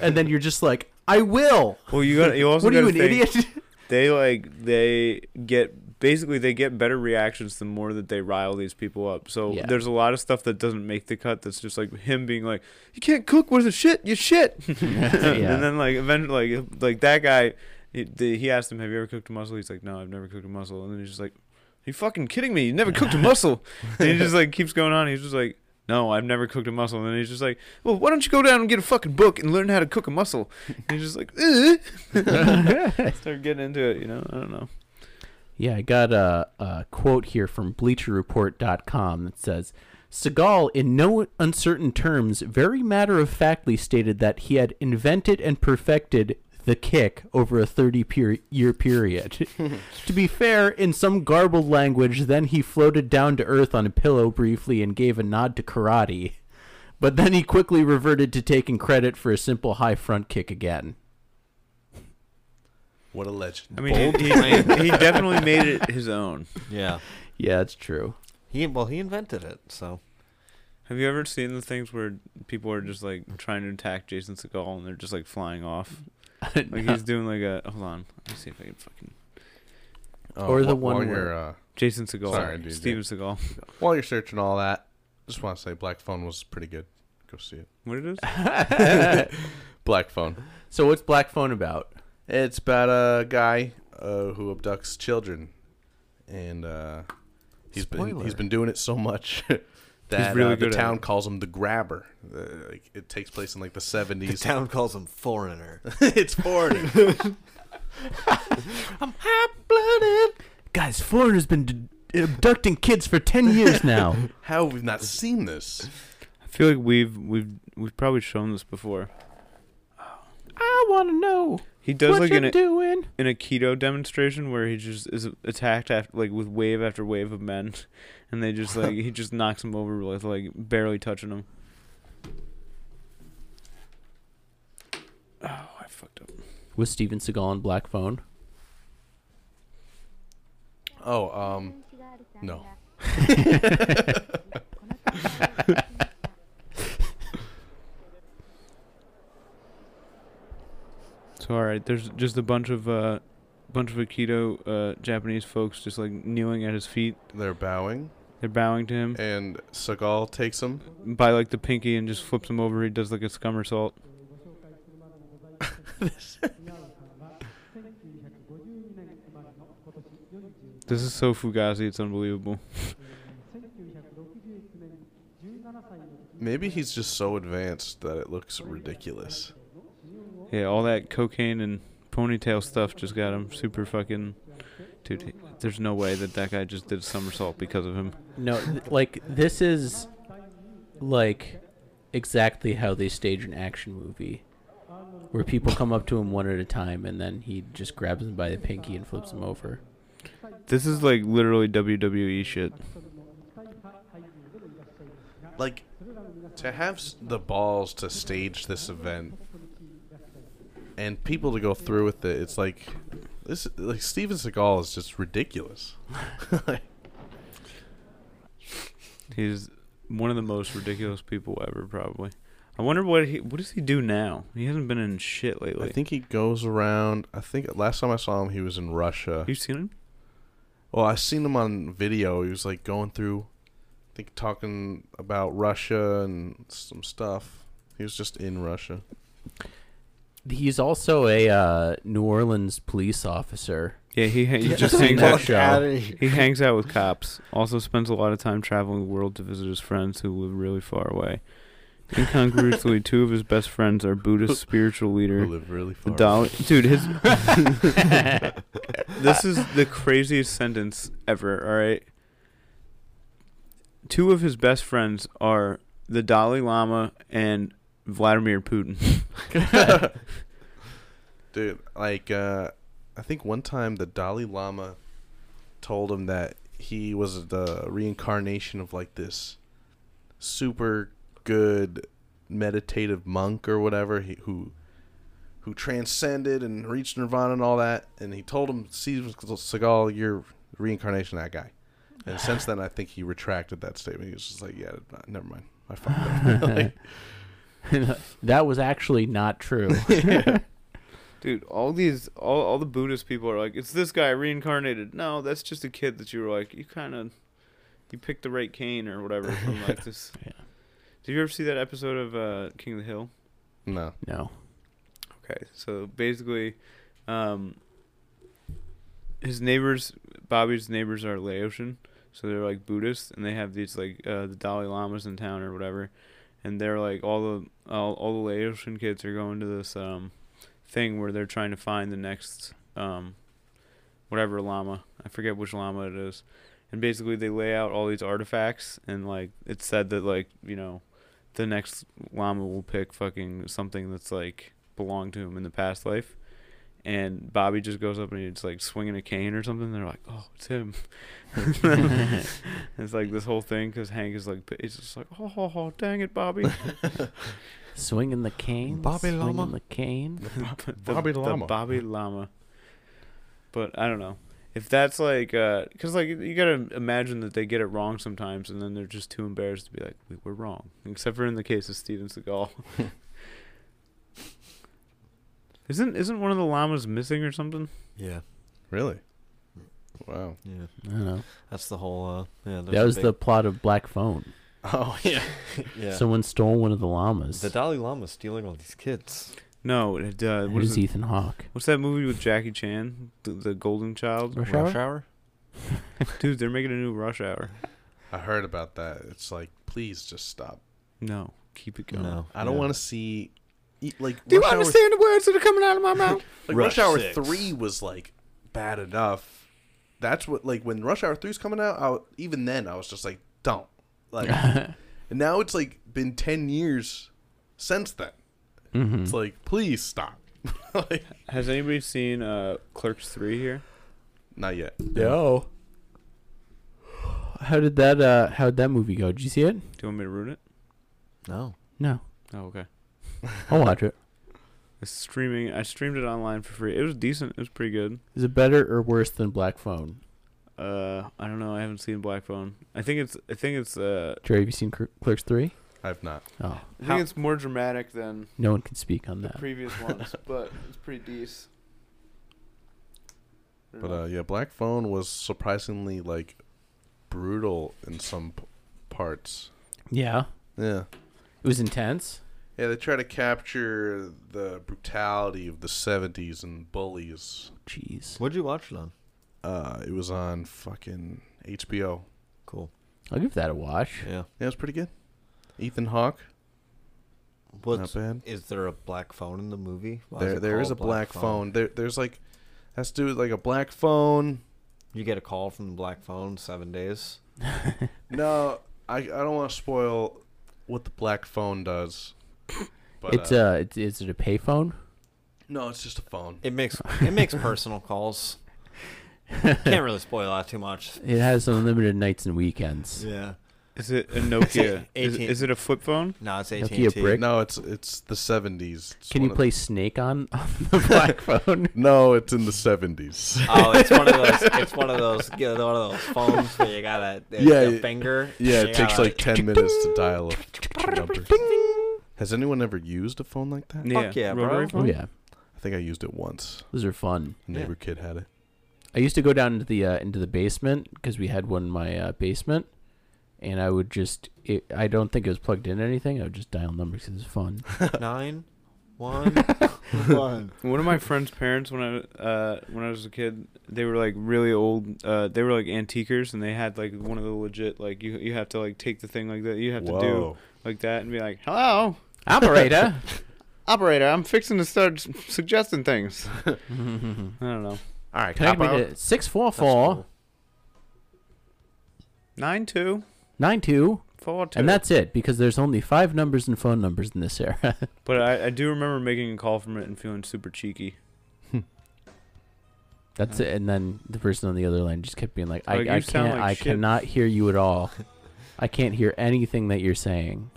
S1: And then you're just like, "I will."
S2: Well, you got. You also.
S1: What are you an
S2: gotta think-
S1: idiot?
S2: They like they get basically they get better reactions the more that they rile these people up. So
S1: Yeah.
S2: there's a lot of stuff that doesn't make the cut. That's just like him being like, "You can't cook. What is the shit? You shit."
S1: Yeah.
S2: And then like eventually like like that guy, he, the, he asked him, "Have you ever cooked a mussel?" He's like, "No, I've never cooked a mussel." And then he's just like, "Are you fucking kidding me? You never cooked a mussel?" and he just like keeps going on. He's just like. No, I've never cooked a mussel. And then he's just like, well, why don't you go down and get a fucking book and learn how to cook a mussel? And he's just like, "Eh." start getting into it, you know? I don't know.
S1: Yeah, I got a, a quote here from BleacherReport.com that says Seagal, in no uncertain terms, very matter of factly stated that he had invented and perfected the kick over a 30 per- year period. to be fair, in some garbled language, then he floated down to earth on a pillow briefly and gave a nod to karate. But then he quickly reverted to taking credit for a simple high front kick again.
S4: What a legend.
S2: I mean, he, he, he definitely made it his own.
S3: Yeah.
S1: Yeah, it's true.
S3: He well, he invented it, so
S2: Have you ever seen the things where people are just like trying to attack Jason Segal and they're just like flying off? Like he's doing like a hold on, let me see if I can fucking
S4: Oh,
S1: Or the
S4: wh-
S1: one
S4: while
S1: where-
S4: you're, uh,
S2: Jason Segal,
S4: Sorry, dude,
S2: Steven Segal.
S4: while you're searching all that, just want to say Black Phone was pretty good. Go see it.
S2: What it is?
S4: Black Phone.
S1: So, what's Black Phone about?
S4: It's about a guy uh, who abducts children, and uh, he's been
S1: Spoiler.
S4: he's been doing it so much that
S2: really
S4: uh, the
S2: good at
S4: town
S2: it.
S4: calls him the Grabber. Uh, like, it takes place in like the
S3: the
S4: seventies.
S3: town calls him foreigner.
S4: it's foreign.
S1: Hot blooded. Guys, Florida's been d- abducting kids for 10 years now.
S4: How have we not seen this?
S2: I feel like we've we've we've probably shown this before.
S1: I want to know
S2: He does
S1: what
S2: like
S1: you're
S2: an
S1: doing.
S2: in a keto demonstration where he just is attacked after like with wave after wave of men, and they just like he just knocks them over with like barely touching them. Oh, I fucked up.
S1: Was Steven Seagal on Black Phone?
S4: Oh, um, no.
S2: So all right, there's just a bunch of uh, bunch of Aikido uh, Japanese folks just like kneeling at his feet.
S4: They're bowing,
S2: They're bowing to him
S4: and Seagal takes him.
S2: by like the pinky and just flips him over. He does like a scummersault. this is so fugazi, it's unbelievable.
S4: Maybe he's just so advanced that it looks ridiculous.
S2: Yeah, all that cocaine and ponytail stuff just got him super fucking. Dude, he- there's no way that that guy just did a somersault because of him.
S1: No, th- like, this is like exactly how they stage an action movie where people come up to him one at a time and then he just grabs them by the pinky and flips them over.
S2: This is like literally WWE shit.
S4: Like to have s- the balls to stage this event and people to go through with it. It's like this. Like Steven Seagal is just ridiculous.
S2: He's one of the most ridiculous people ever, probably. I wonder what he what does he do now? He hasn't been in shit lately.
S4: I think he goes around. I think last time I saw him, he was in Russia.
S2: you seen him.
S4: Well, I seen him on video. He was like going through, I think talking about Russia and some stuff. He was just in Russia.
S1: He's also a uh, New Orleans police officer.
S2: Yeah, he ha- he
S1: Yeah,
S2: just
S1: the
S2: hangs
S1: fuck
S2: out. He hangs out with cops. Also spends a lot of time traveling the world to visit his friends who live really far away. Incongruously, two of his best friends are Buddhist spiritual
S4: Who
S2: leader
S4: live really far.
S2: The
S4: away.
S2: dollar, dude. His this is the craziest sentence ever. All right. Two of his best friends are the Dalai Lama and Vladimir Putin.
S4: Dude, like, uh, I think one time the Dalai Lama told him that he was the reincarnation of like this super good meditative monk or whatever he, who who transcended and reached nirvana and all that. And he told him, Steven Seagal, you're the reincarnation of that guy. And since then, I think he retracted that statement. He was just like, "Yeah, n- never mind, I fucked up." Like,
S1: that was actually not true.
S2: Dude, all these, all, all the Buddhist people are like, it's this guy reincarnated. No, that's just a kid that you were like, you kind of, you picked the right cane or whatever from like this.
S1: Yeah.
S2: Did you ever see that episode of uh, King of the Hill?
S4: no,
S1: no.
S2: Okay, so basically, um, his neighbors, Bobby's neighbors are Laotian, so they're like Buddhists, and they have these like uh, the Dalai Lamas in town or whatever, and they're like all the all, all the Laotian kids are going to this um thing where they're trying to find the next um whatever lama I forget which lama it is, and basically they lay out all these artifacts and like it's said that like you know the next llama will pick fucking something that's like belonged to him in the past life. And Bobby just goes up and he's like swinging a cane or something. They're like, "Oh, it's him." it's like this whole thing because Hank is like, he's just like, "Oh, oh, oh dang it, Bobby!"
S1: Swinging the cane.
S9: Bobby
S1: swinging
S9: Lama.
S1: the cane.
S2: The-
S4: Bobby
S2: the
S4: Llama.
S2: Bobby Llama. But I don't know if that's like, because like you gotta imagine that they get it wrong sometimes, and then they're just too embarrassed to be like, "We were wrong," except for in the case of Steven Seagal. isn't isn't one of the llamas missing or something?
S3: Yeah,
S4: really. Wow.
S3: yeah.
S1: I don't know.
S3: That's the whole. Uh, yeah,
S1: that was the plot of Black Phone.
S4: Oh yeah.
S3: yeah.
S1: Someone stole one of the llamas.
S3: the Dalai Lama stealing all these kids.
S2: No, it, uh, what
S1: Where's
S2: is it?
S1: Ethan Hawke?
S2: What's that movie with Jackie Chan, the, the Golden Child?
S1: Rush Hour?
S2: Dude, they're making a new Rush Hour.
S4: I heard about that. It's like, please just stop.
S2: No, keep it going.
S3: No,
S4: I don't
S3: yeah.
S4: want to see. e- Like,
S2: Do you
S4: Rush Hour-
S2: understand the words that are coming out of my mouth?
S4: Like Rush,
S9: Rush
S4: Hour
S9: Six.
S4: Three was like bad enough. That's what like when Rush Hour Three's coming out. I, w- even then, I was just like, don't. Like, and now it's like been ten years since then. It's like, please stop. like,
S2: Has anybody seen uh, Clerks 3 here?
S4: not yet.
S1: No. How did that uh how'd that movie go? Did you see it?
S2: Do you want me to ruin it?
S3: No.
S1: No.
S2: Oh, okay.
S1: I'll watch it.
S2: It's streaming. I streamed it online for free. It was decent. It was pretty good.
S1: Is it better or worse than Black Phone?
S2: Uh, I don't know. I haven't seen Black Phone. I think it's. I think it's. Uh,
S1: Jerry, have you seen Cl- Clerks 3?
S4: I've not.
S1: Oh,
S10: I think it's more dramatic than
S1: no one can speak on
S10: the
S1: that.
S10: previous ones, but it's pretty decent. I don't
S4: But uh, yeah, Black Phone was surprisingly like brutal in some p- parts.
S1: Yeah.
S4: Yeah.
S1: It was intense.
S4: Yeah, they try to capture the brutality of the '70s and bullies.
S1: Jeez.
S3: What'd you watch, Lon?
S4: Uh, it was on fucking HBO.
S3: Cool.
S1: I'll give that a watch.
S3: Yeah.
S4: Yeah, it was pretty good. Ethan Hawke.
S3: What's
S4: Not bad.
S3: is there a black phone in the movie? Why
S4: There,
S3: it
S4: there is a
S3: called
S4: black, phone. There, there's like has to do with like a black phone.
S3: You get a call from the black phone seven days.
S4: No, I, I don't want to spoil what the black phone does. But,
S1: it's
S4: uh,
S1: uh, it's, is it a payphone?
S4: no, it's just a phone.
S3: It makes it makes personal calls. Can't really spoil that too much.
S1: It has unlimited nights and weekends.
S3: Yeah.
S2: is it a Nokia? is,
S3: 18.
S2: is it a flip phone?
S3: No, it's AT
S1: Nokia
S3: and T.
S1: brick.
S4: No, it's it's the seventies.
S1: Can you play Snake on, on the Black Phone?
S4: No, it's in the seventies.
S3: Oh, it's one of those. It's one of those. Get one of those phones where you got a, a-
S4: Yeah,
S3: a
S4: yeah.
S3: finger.
S4: Yeah,
S3: You
S4: it takes
S3: gotta-
S4: like ten minutes to dial a number. Has anyone ever used a phone like that?
S2: Fuck
S3: yeah, bro.
S2: rotary
S1: Oh
S2: phone?
S1: yeah,
S4: I think I used it once.
S1: those are fun.
S4: A neighbor kid had it.
S1: I used to go down into the uh, into the basement because we had one in my uh, basement, and I would just it, I don't think it was plugged in or anything. I would just dial numbers. 'cause It was fun.
S3: nine, one, one.
S2: One of my friend's parents, when I uh, when I was a kid, they were like really old. Uh, they were like antiquers, and they had like one of the legit like you you have to like take the thing like that. You have to do like that and be like, "Hello,
S1: Operator.
S2: operator, I'm fixing to start s- suggesting things." I don't know.
S4: All right,
S1: Connect me
S4: cop out.
S1: to six four four
S2: Nine two
S1: nine two,
S2: four two.
S1: and that's it because there's only five numbers and phone numbers in this era.
S2: But I, I do remember making a call from it and feeling super cheeky.
S1: That's it. And then the person on the other line just kept being like, I,
S2: Like,
S1: I
S2: you sound
S1: can't,
S2: like
S1: I
S2: shit.
S1: cannot hear you at all. I can't hear anything that you're saying.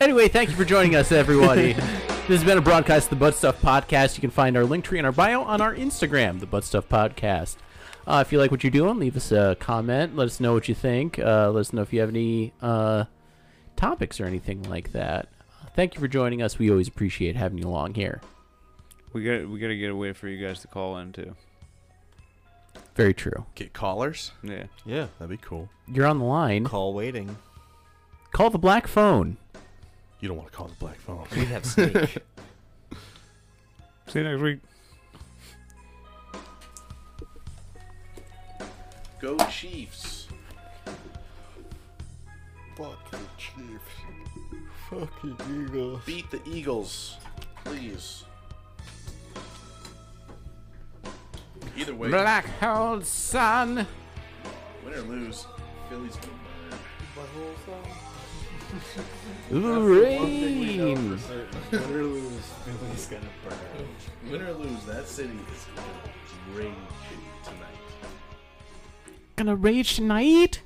S1: Anyway, thank you for joining us, everybody. this has been a broadcast of the Butt Stuff Podcast. You can find our link tree in our bio on our Instagram, the Butt Stuff Podcast. Uh, if you like what you're doing, leave us a comment. Let us know what you think. Uh, let us know if you have any uh, topics or anything like that. Thank you for joining us. We always appreciate having you along here.
S11: We got we gotta get a way for you guys to call in too.
S1: Very true.
S4: Get callers.
S11: Yeah.
S3: Yeah.
S4: That'd be cool.
S1: You're on the line.
S3: Call waiting.
S1: Call the black phone.
S4: You don't want to call the black phone.
S3: We have snake.
S11: See you next week.
S4: Go Chiefs. Fuck the Chiefs.
S3: Fucking eagle.
S4: Beat the Eagles, please. Either way,
S1: Black hole sun.
S4: win or lose, Phillies gonna burn.
S1: Rain.
S4: Win or lose, Philly's gonna burn. Win or lose, that city is gonna rage tonight.
S1: Gonna rage tonight.